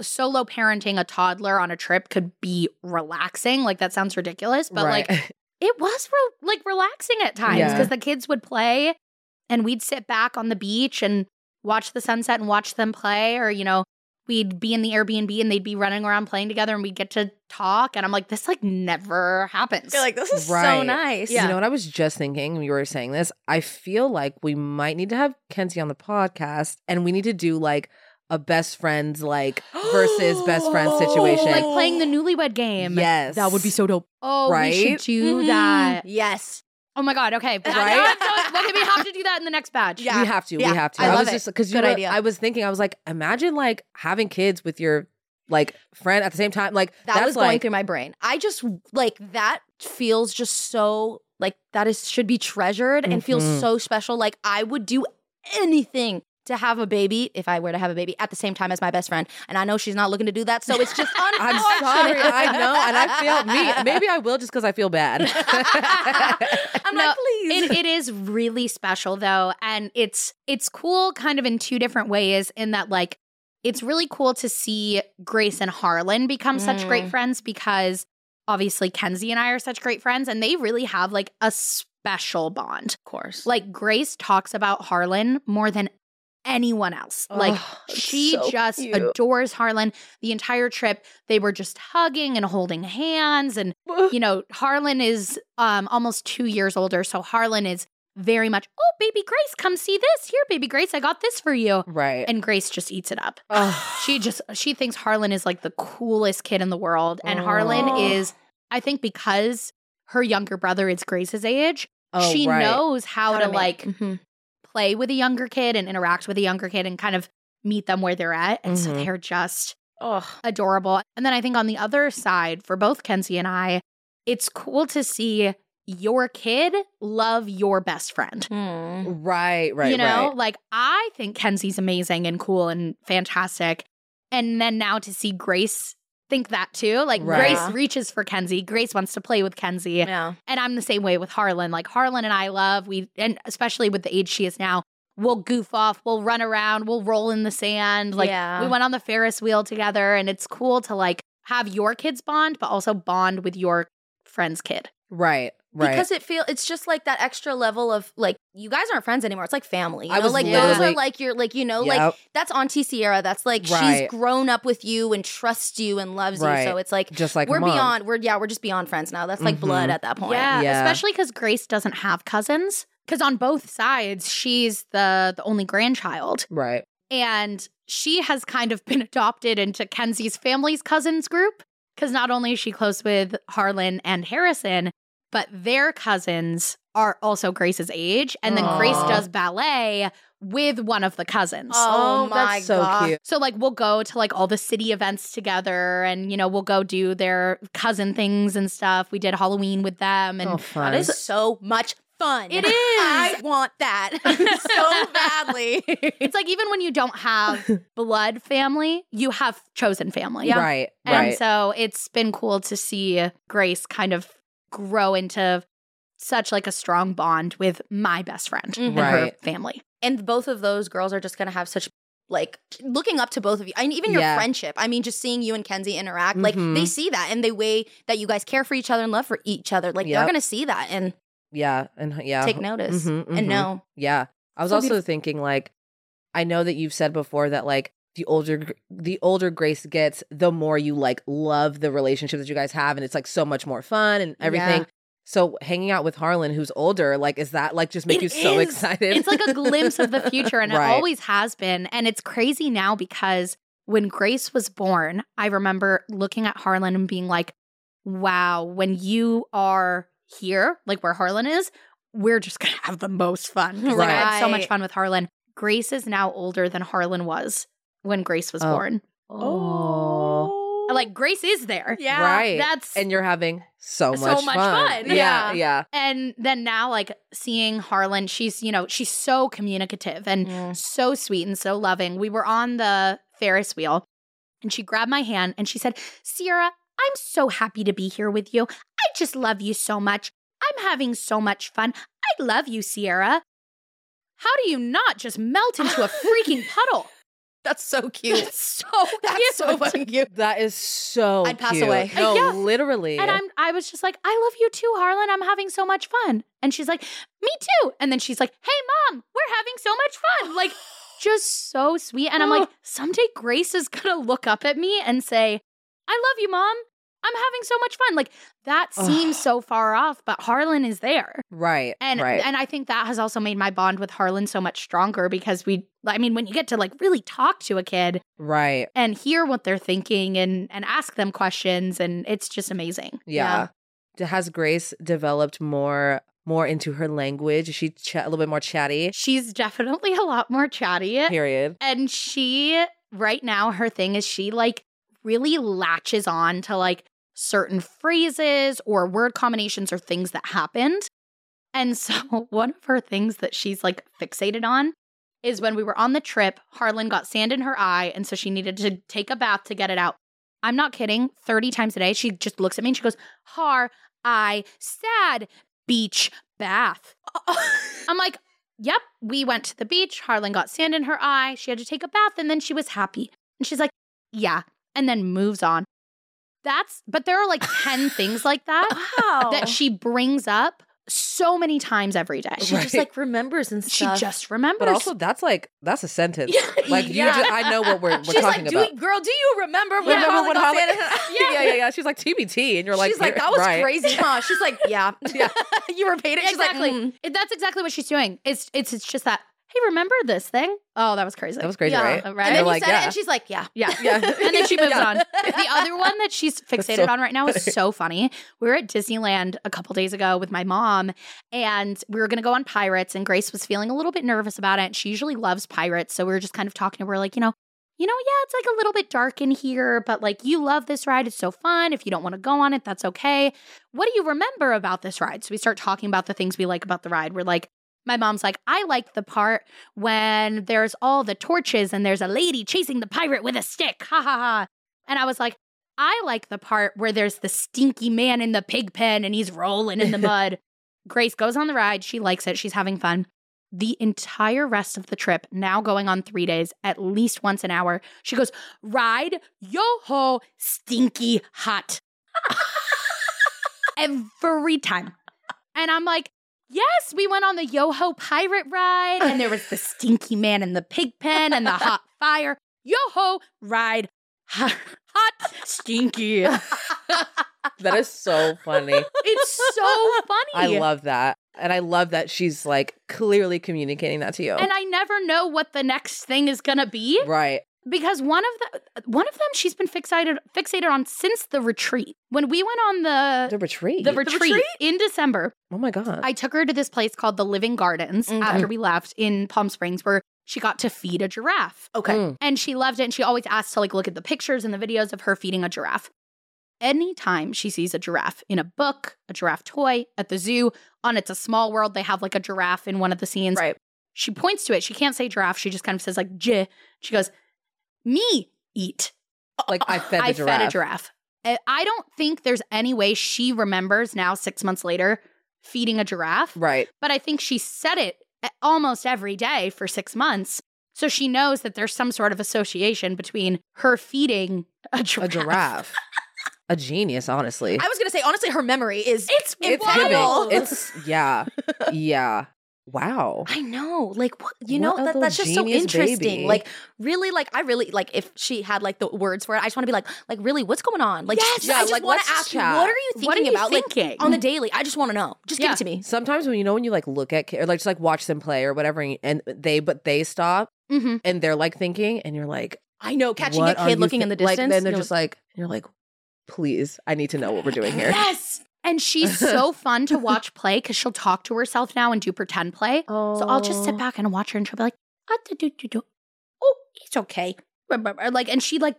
solo parenting a toddler on a trip could be relaxing. Like, that sounds ridiculous, but like,
Right.
it was re- like relaxing at times
Yeah.
because the kids would play and we'd sit back on the beach and watch the sunset and watch them play or you know we'd be in the airbnb and they'd be running around playing together and we'd get to talk and i'm like this like never happens
like, this
is so Right.
nice.
You know what I was just thinking when you were saying this? I feel like we might need to have Kenzie on the podcast and we need to do like a best friends like versus best friend situation.
like playing the newlywed game
yes.
so dope.
oh we should
Right? Mm-hmm.
do that
Yes.
oh my god okay right?
Right?
maybe we have to do that in the next batch
Yeah.
We have to.
Yeah.
We have to.
I
I,
love
was
it.
just because you
Good
know,
idea.
I was thinking, I was like, imagine like having kids with your like friend at the same time. Like
That
that's
was going
like
through my brain. I just, like, that feels just so, like, that is should be treasured and feels
Mhm.
so special. Like, I would do anything to have a baby if I were to have a baby at the same time as my best friend. And I know she's not looking to do that. So it's just unfortunate.
I'm sorry. I know, and I feel me. Maybe I will just because I feel bad.
I'm
No,
like, please.
it, it is really special though and it's it's cool kind of in two different ways in that like it's really cool to see grace and harlan become such great
Mm.
friends because obviously kenzie and i are such great friends and they really have like a special bond
of course.
like grace talks about harlan more than anyone else like she just adores Harlan the entire trip. They were just hugging and holding hands. And, you know, Harlan is um, almost two years older. So Harlan is very much, oh, baby Grace, come see this. Here, baby Grace, I got this for you.
right.
And Grace just eats it up.
Ugh.
She just, she thinks Harlan is like the coolest kid in the world. And Harlan
Aw.
is, I think, because her younger brother is Grace's age,
Oh,
she
right.
knows how,
How
to,
to make-
like,
Mhm.
play with a younger kid and interact with a younger kid and kind of meet them where they're at. And so
Mhm.
they're just
Ugh.
adorable. And then I think on the other side, for both Kenzie and I, it's cool to see your kid love your best friend.
Mm.
Right. Right.
you know,
Right.
like I think Kenzie's amazing and cool and fantastic. And then now to see Grace think that too. Like
Right.
Yeah.
Grace reaches for Kenzie. Grace wants to play with Kenzie.
Yeah.
And I'm the same way with Harlan. Like Harlan and I love we and especially with the age she is now, we'll goof off, we'll run around, we'll roll in the sand. Like
Yeah.
we went on the Ferris wheel together and it's cool to like have your kids bond, but also bond with your friend's kid.
Right. Right.
Because it feel it's just like that extra level of like you guys aren't friends anymore. It's like family. You
I
know?
was
like those are
literally-
like your like you know
Yep.
like that's Auntie Sierra. That's like
Right.
she's grown up with you and trusts you and loves
Right.
you. So it's like
just like
we're
mom.
beyond. We're yeah. We're just beyond friends now. That's like blood
Mhm.
at that point.
Yeah,
Yeah.
especially because Grace doesn't have cousins. Because on both sides, she's the the only grandchild,
Right.
and she has kind of been adopted into Kenzie's family's cousins group. Because not only is she close with Harlan and Harrison, but their cousins are also Grace's age, and then Grace
Aw.
does ballet with one of the cousins.
Oh, my
that's so
God.
cute.
So like we'll go to like all the city events together and you know we'll go do their cousin things and stuff. We did Halloween with them and
oh, fun.
That is so much fun.
It
I want that so badly.
It's like even when you don't have blood family, you have chosen family.
Right.
And
Right.
so it's been cool to see Grace kind of grow into such like a strong bond with my best friend and her
Right.
family.
and both of those girls are just gonna have such like looking up to both of you and even your
Yeah.
friendship i mean just seeing you and kenzie interact
Mhm.
like they see that and the way that you guys care for each other and love for each other like
Yep.
they're gonna see that and
yeah. And yeah.
take notice
Mhm, mhm.
and know
Yeah. I was
So
also
beautiful.
thinking like I know that you've said before that like the older gr- the older Grace gets, the more you like love the relationship that you guys have and it's like so much more fun and everything.
Yeah.
So hanging out with Harlan who's older, like is that like just make
It
you so
is.
excited?
It's like a glimpse of the future and
Right.
it always has been and it's crazy now because when Grace was born, I remember looking at Harlan and being like, "Wow, when you are here, like where Harlan is, we're just going to have the most fun." 'Cause, Like I had so much
Right.
fun with Harlan. Grace is now older than Harlan was when Grace was
Oh.
born.
Oh.
Like Grace is there.
yeah
Right.
That's
and you're having so much
So much fun.
Yeah, yeah.
Yeah.
and then now like seeing Harlan, she's, you know, she's so communicative and
Mm.
so sweet and so loving. We were on the Ferris wheel and she grabbed my hand and she said, Sierra, I'm so happy to be here with you. I just love you so much. I'm having so much fun. I love you, Sierra. How do you not just melt into a freaking puddle?
that's so cute
That's so
that's
cute.
so fucking cute
That is so
I'd pass
cute.
away.
No,
Yeah.
literally.
And I'm I was just like, I love you too, Harlan. I'm having so much fun. And she's like, Me too. And then she's like, Hey mom, we're having so much fun. Like just so sweet. And I'm like, someday Grace is gonna look up at me and say, I love you, mom. I'm having so much fun. Like that seems so far off, but Harlan is there.
right.
And
right.
and I think that has also made my bond with Harlan so much stronger because we I mean, when you get to like really talk to a kid
right.
and hear what they're thinking and and ask them questions and it's just amazing.
Yeah. D- Has Grace developed more more into her language? Is she ch- a little bit more chatty?
She's definitely a lot more chatty.
Period.
And she, right now, her thing is she like really latches on to like certain phrases or word combinations or things that happened. And so, one of her things that she's like fixated on is when we were on the trip, Harlan got sand in her eye. And so she needed to take a bath to get it out. I'm not kidding. 30 times a day, she just looks at me and she goes, Har, I, sad, beach, bath. I'm like, yep, we went to the beach. Harlan got sand in her eye. She had to take a bath and then she was happy. And she's like, yeah, and then moves on. That's, but there are like 10 things like that
wow
that she brings up so many times every day.
she just
Oh. Right.
like remembers and
She
stuff
just remembers.
But also, that's like that's a sentence. Like you,
Yeah.
just, I know what we're, we're
uh, she's
talking
like do
about.
you, girl do you remember when
Remember
Holly
when
got
Holly-
sand in
yeah.
her-
yeah, yeah, yeah. She's like TBT, and you're like,
she's like,
you're
that was
right.
crazy, huh? She's like, yeah,
Yeah.
you repeat it.
exactly.
She's like, mm.
It- That's exactly what she's doing. It's, it's, it's just that, hey, remember this thing? Oh, that was crazy.
That was crazy,
Yeah.
Right.
right?
And then
You're
you
like,
said
yeah.
it, and she's like, yeah,
Yeah.
Yeah.
And then she moves
Yeah.
on. The other one that she's fixated
so
on right now is so funny. We were at Disneyland a couple days ago with my mom, and we were going to go on Pirates, and Grace was feeling a little bit nervous about it. And she usually loves Pirates. So we were just kind of talking to her, like, you know, you know, yeah, it's like a little bit dark in here, but like you love this ride. It's so fun. If you don't want to go on it, that's okay. What do you remember about this ride? So we start talking about the things we like about the ride. We're like, my mom's like, I like the part when there's all the torches and there's a lady chasing the pirate with a stick. Ha ha ha. And I was like, I like the part where there's the stinky man in the pig pen and he's rolling in the mud. Grace goes on the ride. She likes it. She's having fun. the entire rest of the trip, now going on three days, at least once an hour, she goes, Ride yo ho "Oh, stinky hot. Every time. And I'm like, Yes, we went on the yo ho pirate ride, and there was the stinky man in the pig pen and the hot fire. Yo ho ride hot, hot stinky.
That is so funny.
It's so funny.
I love that. And I love that she's like clearly communicating that to you.
and I never know what the next thing is gonna be
right.
because one of the one of them she's been fixated fixated on since the retreat. When we went on the
The retreat.
the retreat, in December,
Oh my God.
I took her to this place called the Living Gardens
Okay.
after we left in Palm Springs where she got to feed a giraffe.
Okay.
Mm.
And she loved it and she always asked to like look at the pictures and the videos of her feeding a giraffe. Anytime she sees a giraffe in a book, a giraffe toy at the zoo, on It's a Small World, they have like a giraffe in one of the scenes
Right.
she points to it. She can't say giraffe. She just kind of says like j. She goes, "Me eat."
Like I fed the
I
giraffe.
fed a giraffe. I I don't think there's any way she remembers now, six months later, feeding a giraffe.
Right.
But I think she said it a- almost every day for six months, so she knows that there's some sort of association between her feeding a giraffe.
A giraffe. a genius, honestly.
I was gonna say honestly, her memory is
It's
It's
It's giving.
wild.
It's yeah. Yeah. Wow.
I know, like what, you
What
know,
a
that,
little
that's just so
genius
interesting.
baby.
Like really, like I really like if she had like the words for it. I just want to be like, like really, what's going on? Like,
Yes.
just,
Yeah,
I just
like,
want
let's
to ask you,
chat.
what are you thinking
What are you
about?
thinking?
Like on the daily, I just want to know. Just give
Yeah.
it to me.
Sometimes when you know when you like look at ki- or like just like watch them play or whatever and- and they but they stop
Mhm.
and they're like thinking and you're like
I know, catching
what
a
are you
kid looking
thi-
in the
like,
distance.
then they're
you're
just like you're like please I need to know what we're doing here.
Yes. And she's so fun to watch play because she'll talk to herself now and do pretend play. So I'll just
Oh.
sit back and watch her, and she'll be like, "Ah, do, do, do, do. "Oh, it's okay." Blah, blah, blah. Like, and she like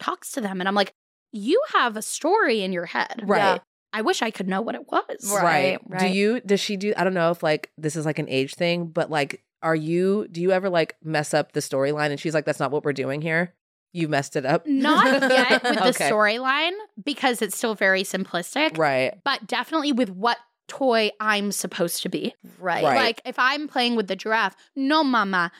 talks to them, and I'm like, "You have a story in your head,
Right.
Yeah.
I wish I could know what it was."
Right.
Do
right.
you does she do I don't know if like this is like an age thing but like are you do you ever like mess up the storyline and she's like that's not what we're doing here? You messed it up.
Not yet with the
Okay.
storyline because it's still very simplistic,
Right.
but definitely with what toy I'm supposed to be.
right.
Right.
Like if I'm playing with the giraffe, no mama,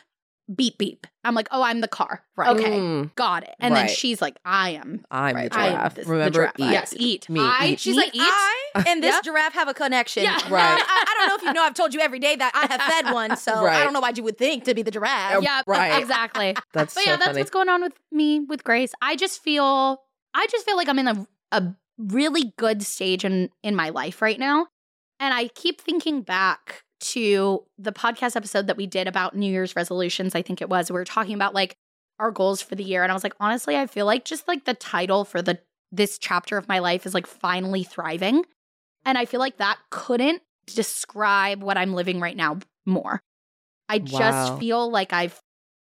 beep beep. I'm like, "Oh, I'm the car." Right. Okay.
Mm.
Got it. And then
Right.
she's like, "I am
I'm
Right.
the
I am
giraffe.
this- the
Remember,
giraffe.
eat.
Yes, eat.
Me,
I-
eat.
She's
Me
like,
eat?
I and this
Yeah.
giraffe have a connection.
Yeah.
Now,
Right.
I, I don't know if you know. I've told you every day that I have fed one, so I
Right.
don't know why you would think to be the giraffe.
Yeah,
Oh, Right.
e-, exactly.
That's
But
so
yeah, that's
funny.
what's going on with me with Grace. I just feel I just feel like I'm in a a really good stage in in my life right now. And I keep thinking back to the podcast episode that we did about New Year's resolutions, I think it was. We were talking about like our goals for the year and I was like, honestly, I feel like just like the title for the this chapter of my life is like finally thriving. And I feel like that couldn't describe what I'm living right now more. I just
Wow.
feel like I've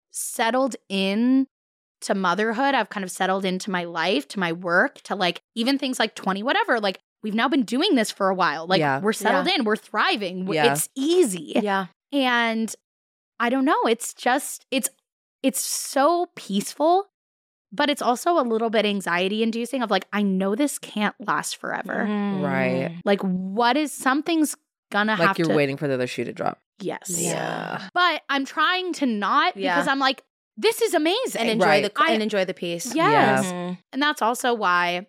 settled in to motherhood. I've kind of settled into my life, to my work, to like even things like 20 whatever. Like we've now been doing this for a while. Like
Yeah.
we're settled in, we're thriving. We're-
Yeah.
It's easy. And I don't know, it's just it's it's so peaceful, but it's also a little bit anxiety inducing of like I know this can't last forever.
Mm-hmm.
Mm-hmm. Right.
Like what is something's gonna
like
have
you're
to
waiting for the other shoe to drop.
Yes.
Yeah.
But I'm trying to not
Yeah.
because I'm like this is amazing.
And enjoy
Eh, Right.
the
I-
and enjoy the peace.
Yes.
Yeah.
Mhm.
And that's also why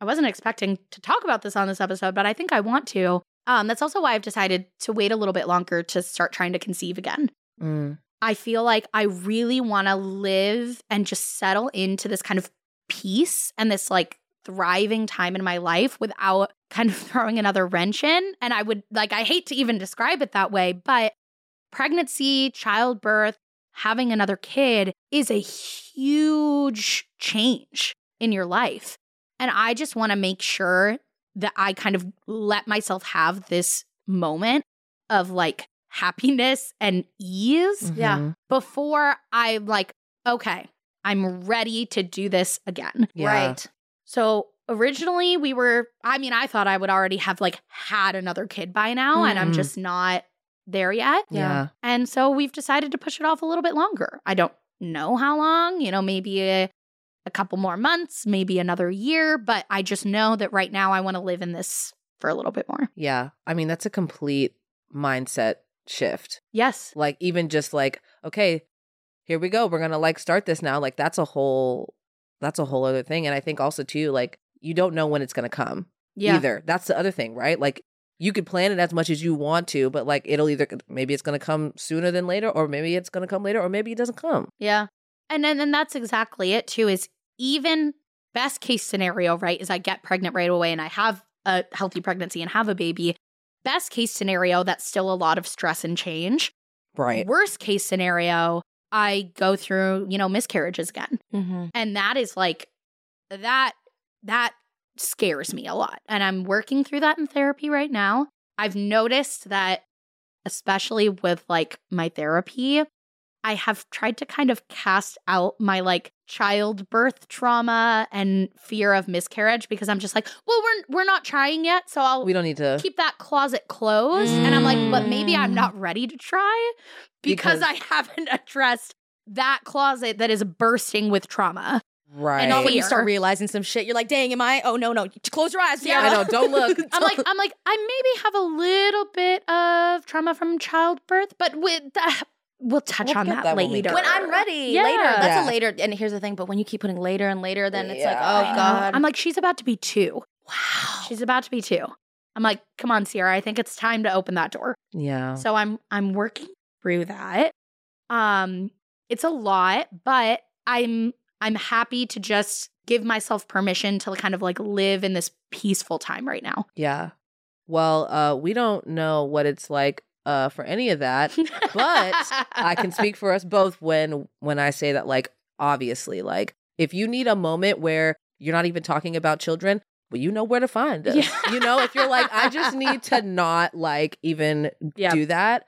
I wasn't expecting to talk about this on this episode, but I think I want to. Um, that's also why I've decided to wait a little bit longer to start trying to conceive again.
Mm.
I feel like I really want to live and just settle into this kind of peace and this like thriving time in my life without kind of throwing another wrench in. And I would like, I hate to even describe it that way, but pregnancy, childbirth, having another kid is a huge change in your life. And I just want to make sure that I kind of let myself have this moment of like happiness and ease
Yeah.
Mhm.
before I'm like, okay, I'm ready to do this again.
Yeah.
Right.
So originally we were, I mean, I thought I would already have like had another kid by now, and I'm
Mhm.
just not there yet.
Yeah.
And so we've decided to push it off a little bit longer. I don't know how long, you know, maybe a, a couple more months, maybe another year, but I just know that right now I want to live in this for a little bit more.
Yeah. I mean, that's a complete mindset shift.
Yes.
Like even just like, okay, here we go. We're gonna like start this now. Like that's a whole that's a whole other thing. And I think also too, like you don't know when it's gonna come
Yeah.
either. That's the other thing, right? Like you could plan it as much as you want to, but like it'll either maybe it's gonna come sooner than later, or maybe it's gonna come later, or maybe it doesn't come.
Yeah. And then and that's exactly it too is even best case scenario, right, is I get pregnant right away and I have a healthy pregnancy and have a baby. Best case scenario, that's still a lot of stress and change.
Right.
Worst case scenario, I go through, you know, miscarriages again.
Mm-hmm.
And that is like that that scares me a lot. And I'm working through that in therapy right now. I've noticed that especially with like my therapy, I have tried to kind of cast out my like childbirth trauma and fear of miscarriage because I'm just like, well, we're we're not trying yet, so I'll
We don't need to
keep that closet closed. And I'm like, but maybe I'm
Mm.
not ready to try because,
Because-
I haven't addressed that closet that is bursting with trauma.
right.
And all when you
Fear.
start realizing some shit, you're like, dang, am I? Oh, no, no. Close your eyes,
Yeah.
Sierra.
I know. Don't look.
I'm like, I'm like, I maybe have a little bit of trauma from childbirth, but with that, we'll touch
We'll
on
get
that,
that when we
later.
get
when I'm ready,
Yeah.
later. That's
Yeah.
a later. And here's the thing, but when you keep putting later and later, then it's like,
Yeah.
oh, God.
I'm like, she's about to be two.
wow.
She's about to be two. I'm like, come on, Sierra. I think it's time to open that door.
yeah.
So I'm I'm working through that. Um it's a lot, but I'm I'm happy to just give myself permission to kind of like live in this peaceful time right now.
Yeah. Well, uh, we don't know what it's like uh, for any of that. But I can speak for us both when when I say that, like, obviously, like, if you need a moment where you're not even talking about children, well, you know where to find us.
Yeah.
You know, if you're like, I just need to not like even
Yeah.
do that,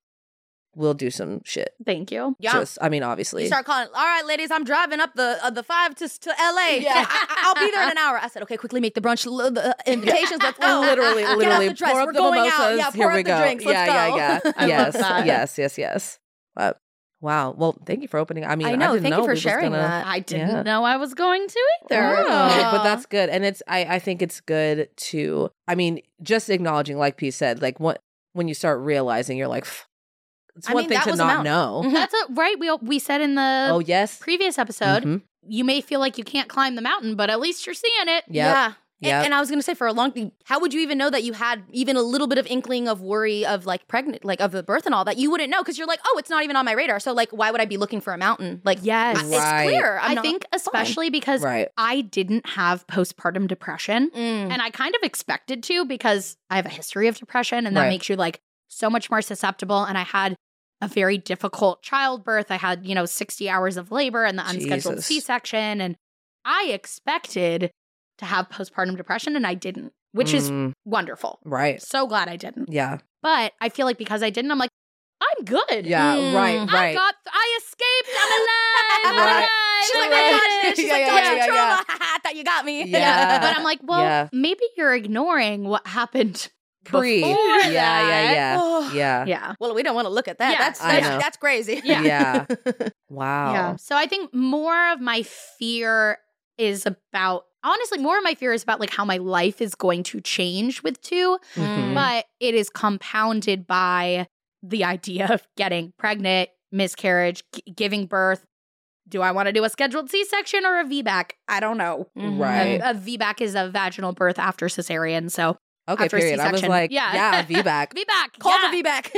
we'll do some shit.
Thank you.
Yeah.
Just, I mean, obviously,
You start calling. All right, ladies, I'm driving up the uh, the five to to L.A.
Yeah.
I, will be there in an hour. I said, okay, quickly make the brunch l- the uh, invitations. Let's go.
literally,
uh, Get out
literally,
the dress.
pour up
We're
the
going
mimosas.
out. Yeah,
Here
pour
we
up the
go.
drinks. Let's
yeah,
go.
yeah,
I
yeah. yes,
love that.
yes, yes, yes. Uh, wow. Well, thank you for opening. I mean,
I know.
didn't
Thank you
know
for
we was
sharing
gonna-
that.
I didn't
Yeah. Oh.
know I was going to either.
Wow.
Wow.
But that's good. And it's I, I think it's good to I mean, just acknowledging, like P said, like what when you start realizing you're like "Pff." it's
I
one
mean,
thing
that
to
was a
not know.
mountain. Mhm.
That's a, right. We we said in the
Oh yes.
previous episode,
Mhm.
you may feel like you can't climb the mountain, but at least you're seeing it.
Yep. Yeah.
Yeah. And-
Yep.
And, I was gonna say for a long, how would you even know that you had even a little bit of inkling of worry of like pregnant, like of the birth and all that? You wouldn't know because you're like, oh, it's not even on my radar. So like, why would I be looking for a mountain? Like,
Yes.
I-
Right.
it's clear. i
I think especially because
Right.
I didn't have postpartum depression.
Mm.
And I kind of expected to because I have a history of depression and that
Right.
makes you like so much more susceptible. And I had a very difficult childbirth. I had, you know, 60 hours of labor and the unscheduled
Jesus.
C section. And I expected to have postpartum depression and I didn't, which is
Mm,
wonderful.
right.
So glad I didn't.
Yeah.
But I feel like because I didn't, I'm like, I'm good.
Yeah.
Mm.
Right.
I
Right.
got, I escaped. I'm alive.
Right.
I'm
She's like, "Oh
alive."
I dodged it. She's
Yeah,
like,
yeah,
dodged
yeah,
the
yeah,
trauma. I thought you got me.
Yeah.
but I'm like, well,
yeah.
maybe you're ignoring what happened.
Pre. Yeah.
before that-
Yeah.
Oh.
Yeah. Yeah.
Yeah.
Well, we don't want to look at that.
Yeah.
That's
I
that's,
know.
that's crazy. Mm.
Yeah.
Yeah. Wow.
Yeah. So I think more of my fear is about, honestly, more of my fear is about like how my life is going to change with 2
Mhm.
but it is compounded by the idea of getting pregnant, miscarriage, g- giving birth. Do I want to do a scheduled C section or a VBAC? I don't know.
Mm. Right.
A, a VBAC is a vaginal birth after cesarean. So
Okay.
after
Period. I was
C-section.
like,
Yeah.
yeah. V back.
VBAC.
Call
yeah.
the V back.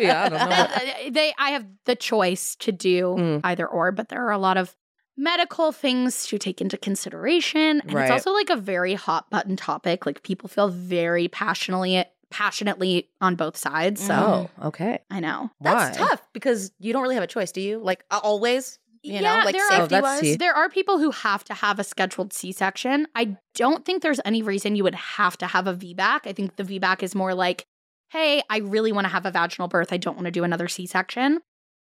Yeah, I don't know what-
They- uh, they I have the choice to do
Mm.
either or, but there are a lot of medical things to take into consideration. And
Right.
it's also like a very hot button topic. Like people feel very passionately passionately on both sides. So
Oh. Okay.
I know.
That's
Why?
tough because you don't really have a choice, do you? Like uh, always, you know, like
there
Oh,
safety
that's
wise.
deep.
there are people who have to have a scheduled C-section. I don't think there's any reason you would have to have a VBAC. I think the VBAC is more like, hey, I really want to have a vaginal birth. I don't want to do another C-section.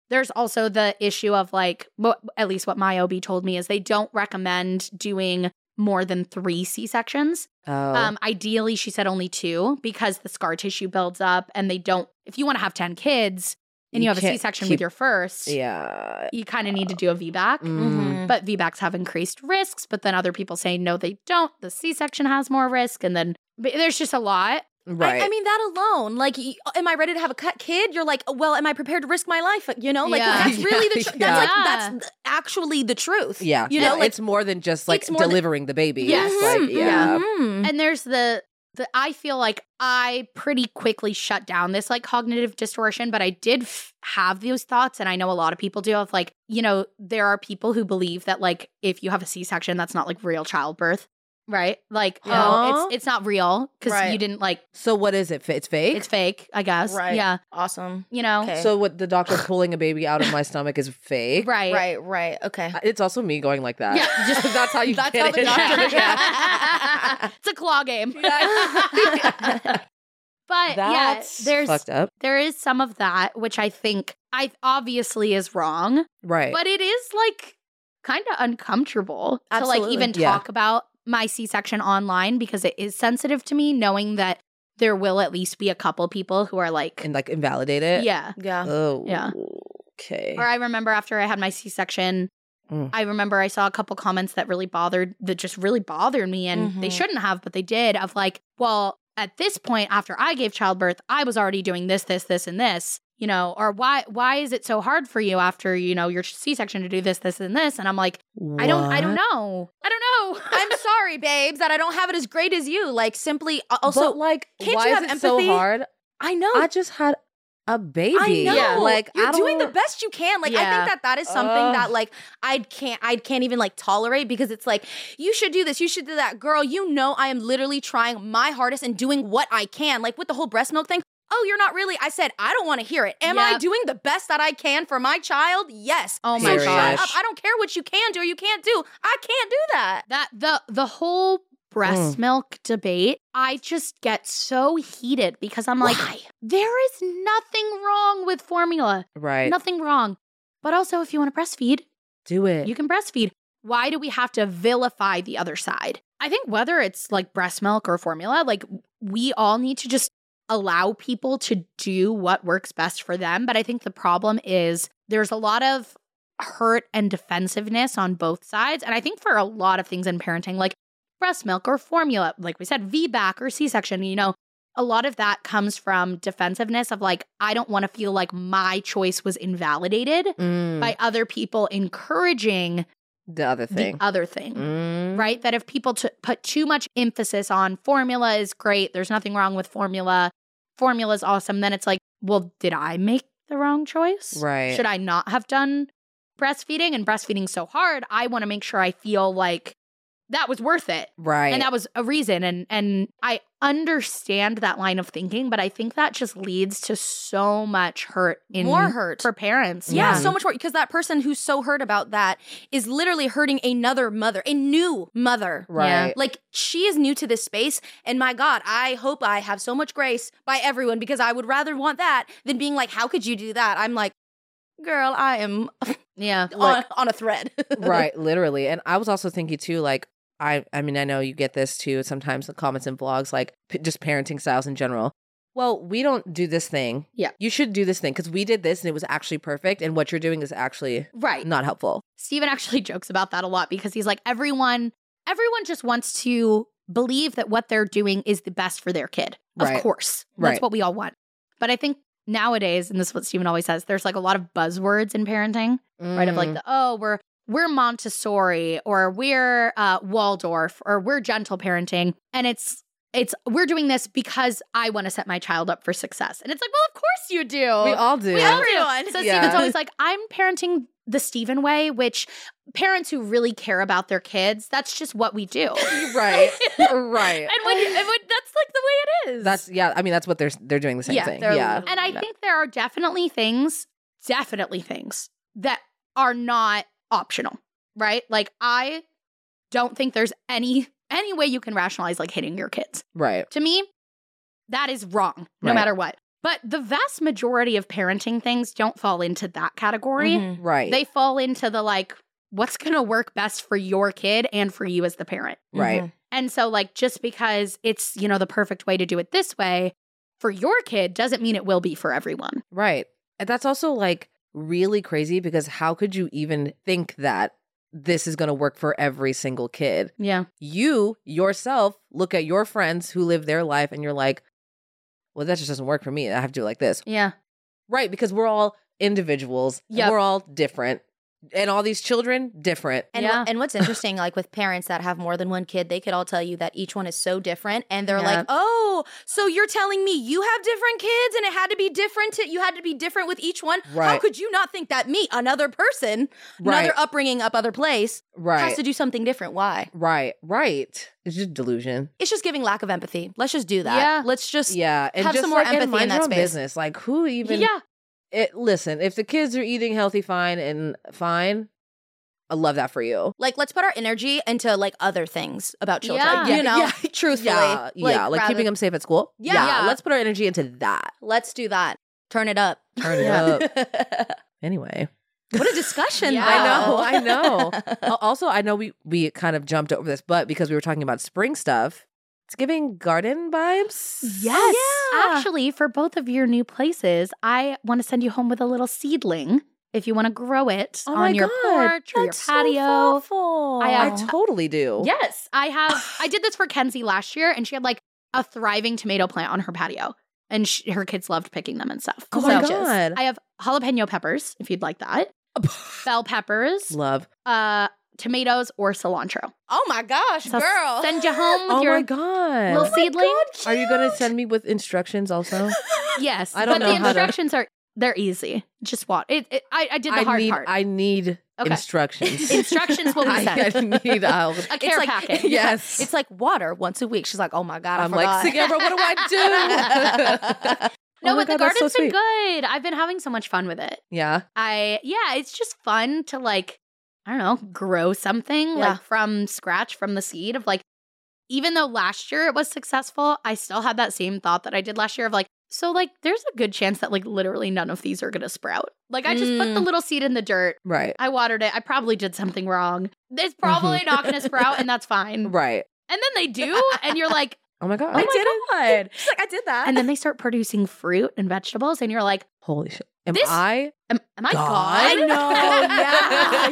There's also the issue of like, what, at least what my OB told me is they don't recommend doing more than three C-sections.
Oh.
Um, ideally, she said only two because the scar tissue builds up and they don't. If you want to have ten kids and you,
You
have a
can't
C-section
keep-
with your first,
yeah.
you kind of need to do a VBAC.
Mm-hmm.
Mm.
But VBACs have increased risks, but then other people say no, they don't. The C section has more risk. And then but there's just a lot.
Right.
I, I mean, that alone, like, y- am I ready to have a cut kid? You're like, well, am I prepared to risk my life? You know, like
Yeah.
that's really the tr-
Yeah.
that's like,
Yeah.
that's th- actually the truth.
yeah.
you know,
it's,
like
it's more than just like
it's more than-
delivering the baby.
Yes.
It's like,
Mhm,
yeah.
mhm.
And there's the the I feel like I pretty quickly shut down this like cognitive distortion, but I did f- have those thoughts and I know a lot of people do of like, you know, there are people who believe that like if you have a C-section that's not like real childbirth, right? Like,
Yeah.
oh, it's it's not real cuz
Right.
you didn't like
So what is it? Fa- It's fake.
it's fake, I guess.
Right.
Yeah.
awesome.
You know.
Okay.
So what the doctor pulling a baby out of my stomach is fake. Uh,
Right.
Right, right, okay.
It's also me going like that.
Yeah.
Just that's how you
That's
get
how
it.
the doctor-
Yeah. it's a claw game. but yeah,
That's
there's
fucked up.
there is some of that which I think I obviously is wrong,
Right.
but it is like kind of uncomfortable to like
Absolutely.
even
Yeah.
talk about my C-section online because it is sensitive to me knowing that there will at least be a couple people who are like
and like invalidate it.
yeah.
Yeah.
Oh.
Yeah.
Okay.
Or I remember after I had my C-section
Mm.
I remember I saw a couple comments that really bothered, that just really bothered me, and they
Mm-hmm.
Mhm.
shouldn't have, but they did. Of like, well, at this point, after I gave childbirth, I was already doing this, this, this, and this, you know, or why, why is it so hard for you after you know your C section to do this, this, and this? And I'm like, I don't, I don't
What?
know, I don't know.
I'm sorry, babes, that I don't have it as great as you. Like, simply, uh, also,
but like,
can't
why
you
is
have
it
empathy?
so hard?
I know.
I just had a baby.
I know.
Yeah.
Like
you're
I don't,
doing the best you can. Like I
Yeah.
think that that is something
Ugh.
that like I can't I can't even like tolerate because it's like you should do this, you should do that, girl. You know I am literally trying my hardest and doing what I can. Like with the whole breast milk thing. Oh, you're not really. I said I don't want to hear it. Am I
Yep.
doing the best that I can for my child? Yes.
Oh
So
my
shut
gosh.
up. I don't care what you can do or you can't do. I can't do that.
that the the whole
Mm.
breast milk debate, I just get so heated because I'm like,
Why?
there is nothing wrong with formula,
Right.
nothing wrong. But also, if you want to breastfeed,
Do it.
You can breastfeed. Why do we have to vilify the other side? I think whether it's like breast milk or formula, like we all need to just allow people to do what works best for them. But I think the problem is there's a lot of hurt and defensiveness on both sides. And I think for a lot of things in parenting, like breast milk or formula, like we said, VBAC or C section, you know, a lot of that comes from defensiveness of like, I don't want to feel like my choice was invalidated
Mm,
by other people encouraging
the other thing.
the other thing.
Mm.
Right? That if people t- put too much emphasis on formula is great, there's nothing wrong with formula, formula is awesome, then it's like, well, did I make the wrong choice?
Right.
Should I not have done breastfeeding and breastfeeding so hard? I want to make sure I feel like that was worth it.
Right.
And that was a reason and and I understand that line of thinking, but I think that just leads to so much hurt in
More hurt.
for parents.
Yeah,
Yeah.
so much more because that person who's so hurt about that is literally hurting another mother, a new mother.
Right.
Yeah.
Like she is new to this space, and my God, I hope I have so much grace by everyone because I would rather want that than being like, "How could you do that?" I'm like, "Girl, I am
Yeah.
on, on a thread."
right literally and i was also thinking too like i i mean i know you get this too sometimes the comments and vlogs like p- just parenting styles in general well we don't do this thing
Yeah.
you should do this thing because we did this and it was actually perfect and what you're doing is actually
Right.
not helpful
Steven actually jokes about that a lot because he's like, everyone, everyone just wants to believe that what they're doing is the best for their kid. Of
Right.
course. That's
Right.
what we all want. But I think nowadays, and this is what Steven always says, there's like a lot of buzzwords in parenting, right? Of like
Mm.
the, oh, we're we're Montessori or we're uh, Waldorf or we're gentle parenting. And it's it's we're doing this because I want to set my child up for success. And it's like, well, of course you do.
we all do
We all do.
Everyone.
So
Yeah.
Steven's always like, I'm parenting the Steven way, which parents who really care about their kids, that's just what we do. and
right right
when, and when that's like the way it is.
that's yeah i mean that's what they're they're doing the same
Yeah,
thing
they're-
yeah
and I think there are definitely things, definitely things that are not optional, right? Like I don't think there's any any way you can rationalize like hitting your kids.
right
To me, that is wrong, no
Right.
matter what. But the vast majority of parenting things don't fall into that category.
Mhm.
right
They fall into the like, what's going to work best for your kid and for you as the parent.
right
And so, like, just because it's, you know, the perfect way to do it this way for your kid doesn't mean it will be for everyone.
Right. And that's also like really crazy because how could you even think that this is going to work for every single kid?
Yeah.
You yourself look at your friends who live their life and you're like, well, that just doesn't work for me. I have to do it like this.
Yeah.
Right, because we're all individuals. and
Yep.
We're all different. And all these children, different.
And,
Yeah.
what- and what's interesting, like with parents that have more than one kid, they could all tell you that each one is so different. And they're
Yeah.
like, oh, so you're telling me you have different kids and it had to be different. To, you had to be different with each one. How
Right.
could you not think that me, another person,
Right.
another upbringing up other place, has
Right.
to do something different? Why?
right. Right. It's just delusion.
It's just giving lack of empathy. Let's just do that.
Yeah.
Let's just.
Yeah. And
Have
just
some more
like, and
empathy in
mind
that
your own
space.
business. Like who even
yeah.
it, listen, if the kids are eating healthy fine and fine, I love that for you.
Like, let's put our energy into like other things about children.
Yeah.
You know,
Yeah.
truthfully.
Yeah, yeah, like
rather-
keeping them safe at school.
Yeah.
Yeah.
let's put our energy into that.
Let's do that. Turn it up.
Turn it up. Anyway,
What a discussion.
Yeah.
though.
I know, Al- also I know we we kind of jumped over this, but because we were talking about spring stuff, it's giving garden vibes.
Yes.
Actually, for both of your new places, I want to send you home with a little seedling if you want to grow it
Oh my
on your
God,
porch or your
that's so
patio. I
I
uh,
have-
totally do.
yes, I have. I did this for Kenzie last year, and she had like a thriving tomato plant on her patio, and she, her kids loved picking them and stuff.
Oh
so
my god.
I have jalapeno peppers if you'd like that, bell peppers,
Love.
uh, tomatoes, or cilantro.
Oh my gosh,
So
girl. Oh
send you home with
Oh
your
my god.
little seedling.
Are you going to send me with instructions also?
Yes,
I don't
but
know
the
how to-
instructions are they're easy. Just walk. It, it, I, I did the
I
hard
need
part.
I need
Okay.
instructions.
Instructions will be
I,
sent.
I need I'll,
A care packet.
yeah.
Yes.
Yes.
It's like water once a week. She's like, oh my God, I
I'm like,
forgot.
Sierra, what do I do?
No,
Oh my
but the
God, that's
garden's
so
been
sweet.
good. I've been having so much fun with it.
Yeah.
I yeah, it's just fun to like I don't know, grow something
Yeah.
like from scratch from the seed of like even though last year it was successful, I still had that same thought that I did last year of like so like there's a good chance that like literally none of these are going to sprout. Like I just put the
Mm.
little seed in the dirt.
Right.
I watered it. I probably did something wrong.
Mm-hmm.
It's probably
Mhm.
not going to sprout and that's fine.
Right.
And then they do and you're like
Oh my god.
I did
it.
She's like, I did that.
and then they start producing fruit and vegetables and you're like
Holy shit. Am
This-
I?
Am, am I
God?
God?
I know,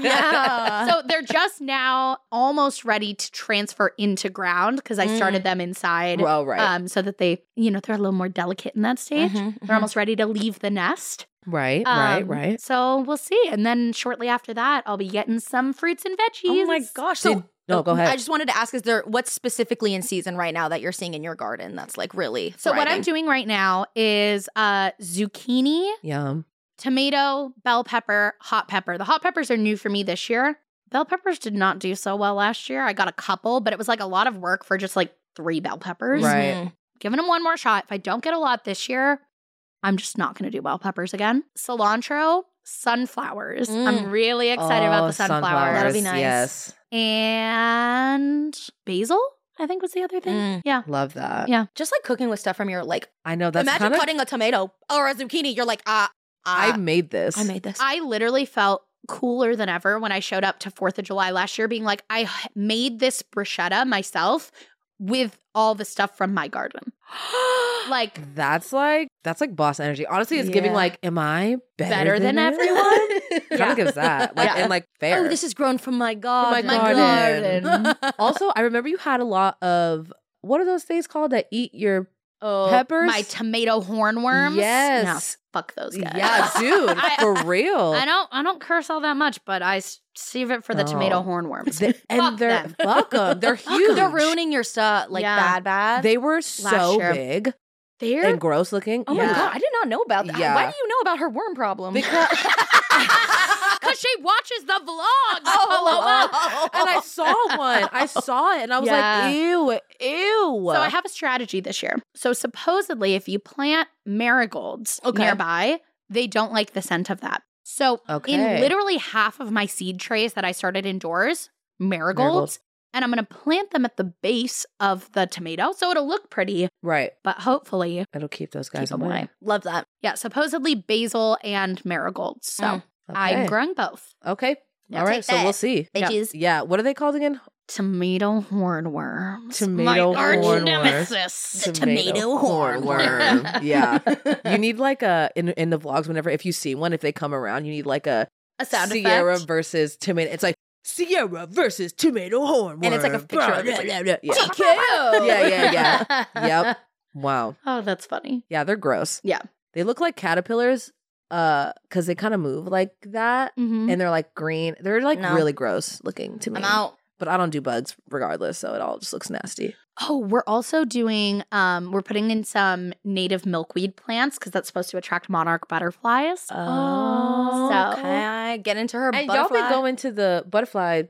yeah,
So they're just now almost ready to transfer into ground because I
Mm.
started them inside,
Well, right.
um, so that they, you know, they're a little more delicate in that
Mm-hmm,
stage. They're almost ready to leave the nest.
right.
Um,
right. Right.
So we'll see. And then shortly after that, I'll be getting some fruits and veggies.
oh my gosh. So
Did- no, go
I
ahead.
just wanted to ask: Is there what's specifically in season right now that you're seeing in your garden that's like really?
So what I'm
thriving?
doing right now is uh, zucchini,
Yum.
tomato, bell pepper, hot pepper. The hot peppers are new for me this year. Bell peppers did not do so well last year. I got a couple, but it was like a lot of work for just like three bell peppers.
Right.
Mhm.
Giving them one more shot. If I don't get a lot this year, I'm just not going to do bell peppers again. Cilantro, sunflowers. I'm
Mm.
really excited about the
Oh,
sunflowers.
That'll be nice.
Yes.
And basil, I think was the other thing.
Mm.
Yeah.
Love that.
Yeah.
Just like cooking with stuff from your like.
I know that's
imagine
kinda-
cutting a tomato or a zucchini. You're like, ah,
I
ah,
made this.
I made this.
I literally felt cooler than ever when I showed up to 4th of July last year being like I h- made this bruschetta myself with all the stuff from my garden. Like
That's like that's like boss energy. Honestly, it's giving
Yeah.
like, am I better,
Better than
it?
everyone?
Kind of gives that. Like
Yeah.
and like fair.
Oh, this is grown from my garden.
garden.
garden.
also, I remember you had a lot of what are those things called that eat your
oh,
peppers?
my tomato hornworms. No,
Yes.
fuck those guys.
Yeah, dude,
I-
for real.
I don't I don't curse all that much, but I s- save it for the
No.
tomato hornworms.
Oh. They- and
Fuck
they're
them.
fuck 'em. They're
Fuck,
huge.
They're ruining your stuff like
Yeah.
bad, bad.
They were so
year.
big
They're
and gross looking.
Oh my
Yeah.
god, I did not know about that.
Yeah.
Why do you know about her worm problem?
Because-
cuz she watches the vlogs. Paloma.
oh,
And I saw one. I saw it, and I was
Yeah.
like, "Ew, ew."
So I have a strategy this year. So supposedly, if you plant marigolds
Okay.
nearby, they don't like the scent of that. So in
Okay.
literally half of my seed trays that I started indoors, marigolds,
Marigolds.
and I'm going to plant them at the base of the tomato, so it'll look pretty,
right.
but hopefully
It'll keep those
keep
guys
them away.
away.
love that.
Yeah, supposedly basil and marigolds. So
Mm.
I'm
Okay.
growing both.
Okay.
Now
All
take
right. So
that,
we'll see.
Yeah.
Bitches.
Yeah. What are they called again?
Tomato hornworms.
Tomato
my arch
hornworms.
nemesis.
tomato horn
hornworm. yeah. You need like a in in the vlogs whenever if you see one if they come around you need like a
A sound
Sierra
effect.
versus tomato. It's like Sierra versus tomato horn.
And it's like a picture of it.
Yeah.
Take care.
Yeah, yeah, yeah. yep. Wow.
Oh, that's funny.
Yeah, they're gross.
Yeah.
They look like caterpillars uh cuz they kind of move like that
Mm-hmm.
and they're like green. They're like
No.
really gross looking to me.
I'm out.
But I don't do bugs regardless, so it all just looks nasty.
Oh, we're also doing um we're putting in some native milkweed plants because that's supposed to attract monarch butterflies.
Oh, okay. Get into her
And y'all
butterfly.
been going to the butterfly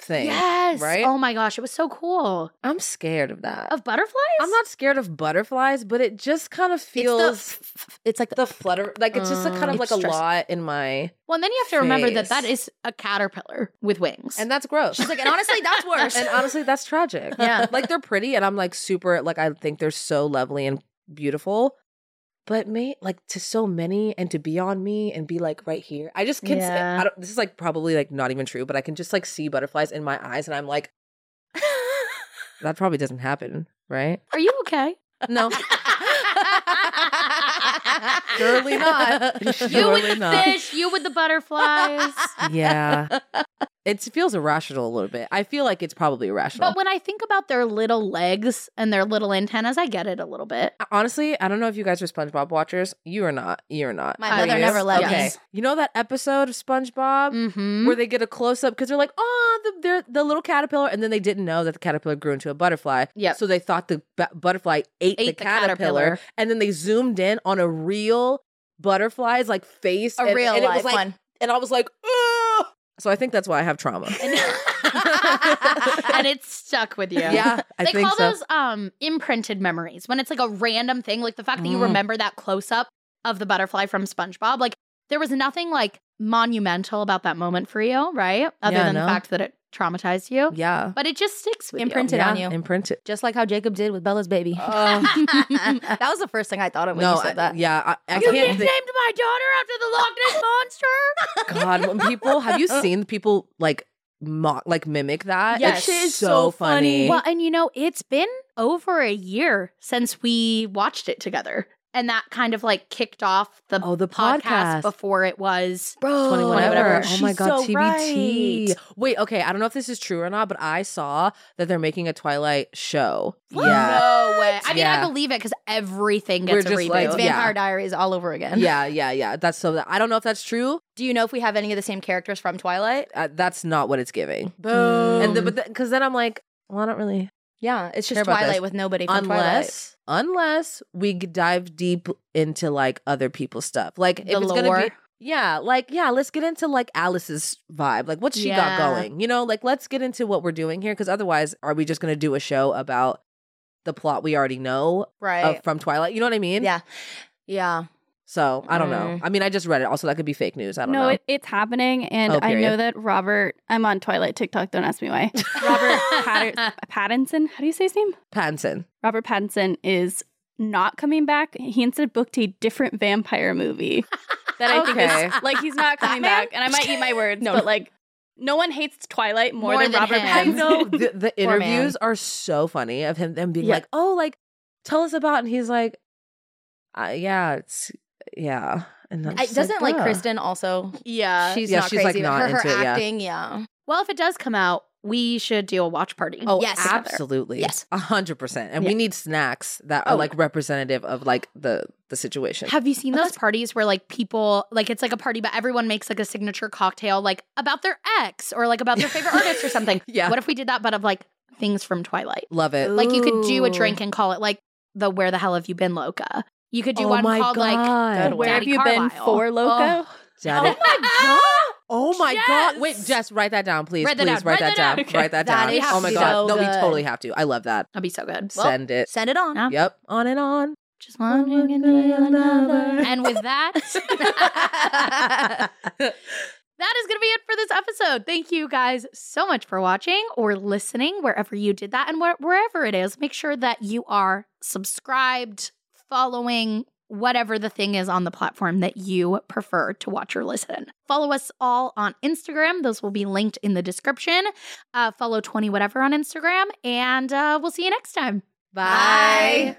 thing.
yes.
right?
Oh my gosh, it was so cool.
I'm scared of that.
Of butterflies?
I'm not scared of butterflies, but it just kind of feels
It's, the, f- f- it's like the,
the flutter like it's just a kind
Um,
of like
it's
a
stressful.
lot in my
Well, and then you have to remember that
Face.
that is a caterpillar with wings.
and that's gross
she's like, and honestly, that's worse.
and honestly that's tragic
Yeah.
like they're pretty and i'm like super like i think they're so lovely and beautiful but me like to so many and to be on me and be like right here i just can
Yeah.
I don't, this is like probably like not even true but i can just like see butterflies in my eyes and i'm like that probably doesn't happen right
Are you okay?
no surely not
You with
surely
the
not
fish, you with the butterflies.
yeah it feels irrational a little bit i feel like it's probably irrational
But when I think about their little legs and their little antennas, I get it a little bit.
Honestly, I don't know if you guys are SpongeBob watchers. You are not. You are not.
My
Are
mother
you?
never let
Okay.
me.
You know that episode of SpongeBob
Mm-hmm.
where they get a close up because they're like, oh, the, they're the little caterpillar, and then they didn't know that the caterpillar grew into a butterfly.
Yep.
So they thought the bu- butterfly ate, the,
Ate the
caterpillar,
caterpillar.
and then they zoomed in on a real butterfly's like face,
a
and,
real
and it
life
was like,
one.
and I was like, oh. So I think that's why I have trauma.
and it's stuck with you.
yeah, I
they
think
call
so.
those um imprinted memories when it's like a random thing, like the fact that you
Mm.
remember that close up of the butterfly from SpongeBob. Like there was nothing like monumental about that moment for you, right? Other
Yeah,
than
no.
the fact that it traumatized you,
yeah,
but it just sticks with
Imprinted.
yeah,
on you.
imprinted.
Just like how Jacob did with Bella's baby.
Oh.
that was the first thing I thought of when
no,
you said
I-
that.
yeah, I, I
you. You
can't.
nicknamed
think-
my daughter after the Loch Ness monster.
God, when people have you seen people like mock like mimic that?
Yes.
It's
That shit
is
so,
so
funny.
funny.
Well, and you know, it's been over a year since we watched it together. And that kind of like kicked off the,
Oh, the
podcast,
podcast.
before it was.
Bro,
21
whatever.
whatever. Oh my
She's
god,
so
TBT.
right.
Wait, okay, I don't know if this is true or not, but I saw that they're making a Twilight show.
What?
Yeah.
No way. I mean,
Yeah.
I believe it because everything
We're
gets a
just
reboot.
like,
It's
yeah.
Vampire Diaries all over again.
Yeah, yeah, yeah. That's so I don't know if that's true.
Do you know if we have any of the same characters from Twilight?
Uh, that's not what it's giving.
Boom.
And the, but because then I'm like, well, I don't really
yeah, it's
Care
just
about this.
Twilight with nobody from Twilight.
unless unless we g- dive deep into like other people's stuff. Like if
The
it's gonna be
lore.
yeah, like yeah, let's get into like Alice's vibe. Like what's she
Yeah.
got going? You know, like let's get into what we're doing here because otherwise, are we just gonna do a show about the plot we already know
Right.
of, from Twilight? You know what I mean?
yeah. Yeah.
So I don't know.
Mm.
I mean, I just read it. Also, that could be fake news. I don't
no,
know.
It, it's happening, and
Oh,
I
period.
know that Robert. I'm on Twilight TikTok. Don't ask me why. Robert Patter- Pattinson. How do you say his name?
Pattinson.
Robert Pattinson is not coming back. He instead booked a different vampire movie that I think
Okay.
is like he's not coming
Batman?
back. And I might eat my words,
No,
but
no.
like no one hates Twilight more,
More
than,
than
Robert
him.
I
Pattinson.
know the, the
Poor man.
interviews are so funny of him them being
Yeah.
like, "Oh, like tell us about," and he's like, uh, "Yeah, it's yeah." And I'm
I,
just like,
doesn't like
"Bruh."
Kristen also.
Yeah.
She's
yeah,
not
she's, like,
crazy. about
not
her, her
into it, yeah.
acting, yeah.
well, if it does come out, we should do a watch party.
Oh,
Yes.
absolutely,
Yes.
a hundred percent. And
Yeah.
we need snacks that are
Oh.
like representative of like the the situation.
Have you seen those parties where like people like it's like a party, but everyone makes like a signature cocktail like about their ex or like about their favorite artist or something?
Yeah.
What if we did that, but of like things from Twilight?
Love it.
Like you could do a
Ooh.
drink and call it like the Where the Hell Have You Been Loca. You could do
Oh
one
my
called
God.
like
Where have
Daddy
you been
Carlisle. Oh.
for Loco?
Daddy-
my
Oh my god! Wait,
Yes.
Jess, write that down, please.
Write that
please
down.
write
Write
that
that
down.
down.
Okay.
Write that
That
down.
is
oh my
so
god! No, we
good.
totally have to. I love that.
That'd be so good.
Well-
Send it.
Send it on.
Yeah.
Yep, on and on.
Just wanting to be your lover. And with that, that is going to be it for this episode. Thank you guys so much for watching or listening, wherever you did that and wh- wherever it is. Make sure that you are subscribed, following, whatever the thing is on the platform that you prefer to watch or listen. Follow us all on Instagram. Those will be linked in the description. Uh, follow 20 whatever on Instagram, and uh, we'll see you next time.
Bye.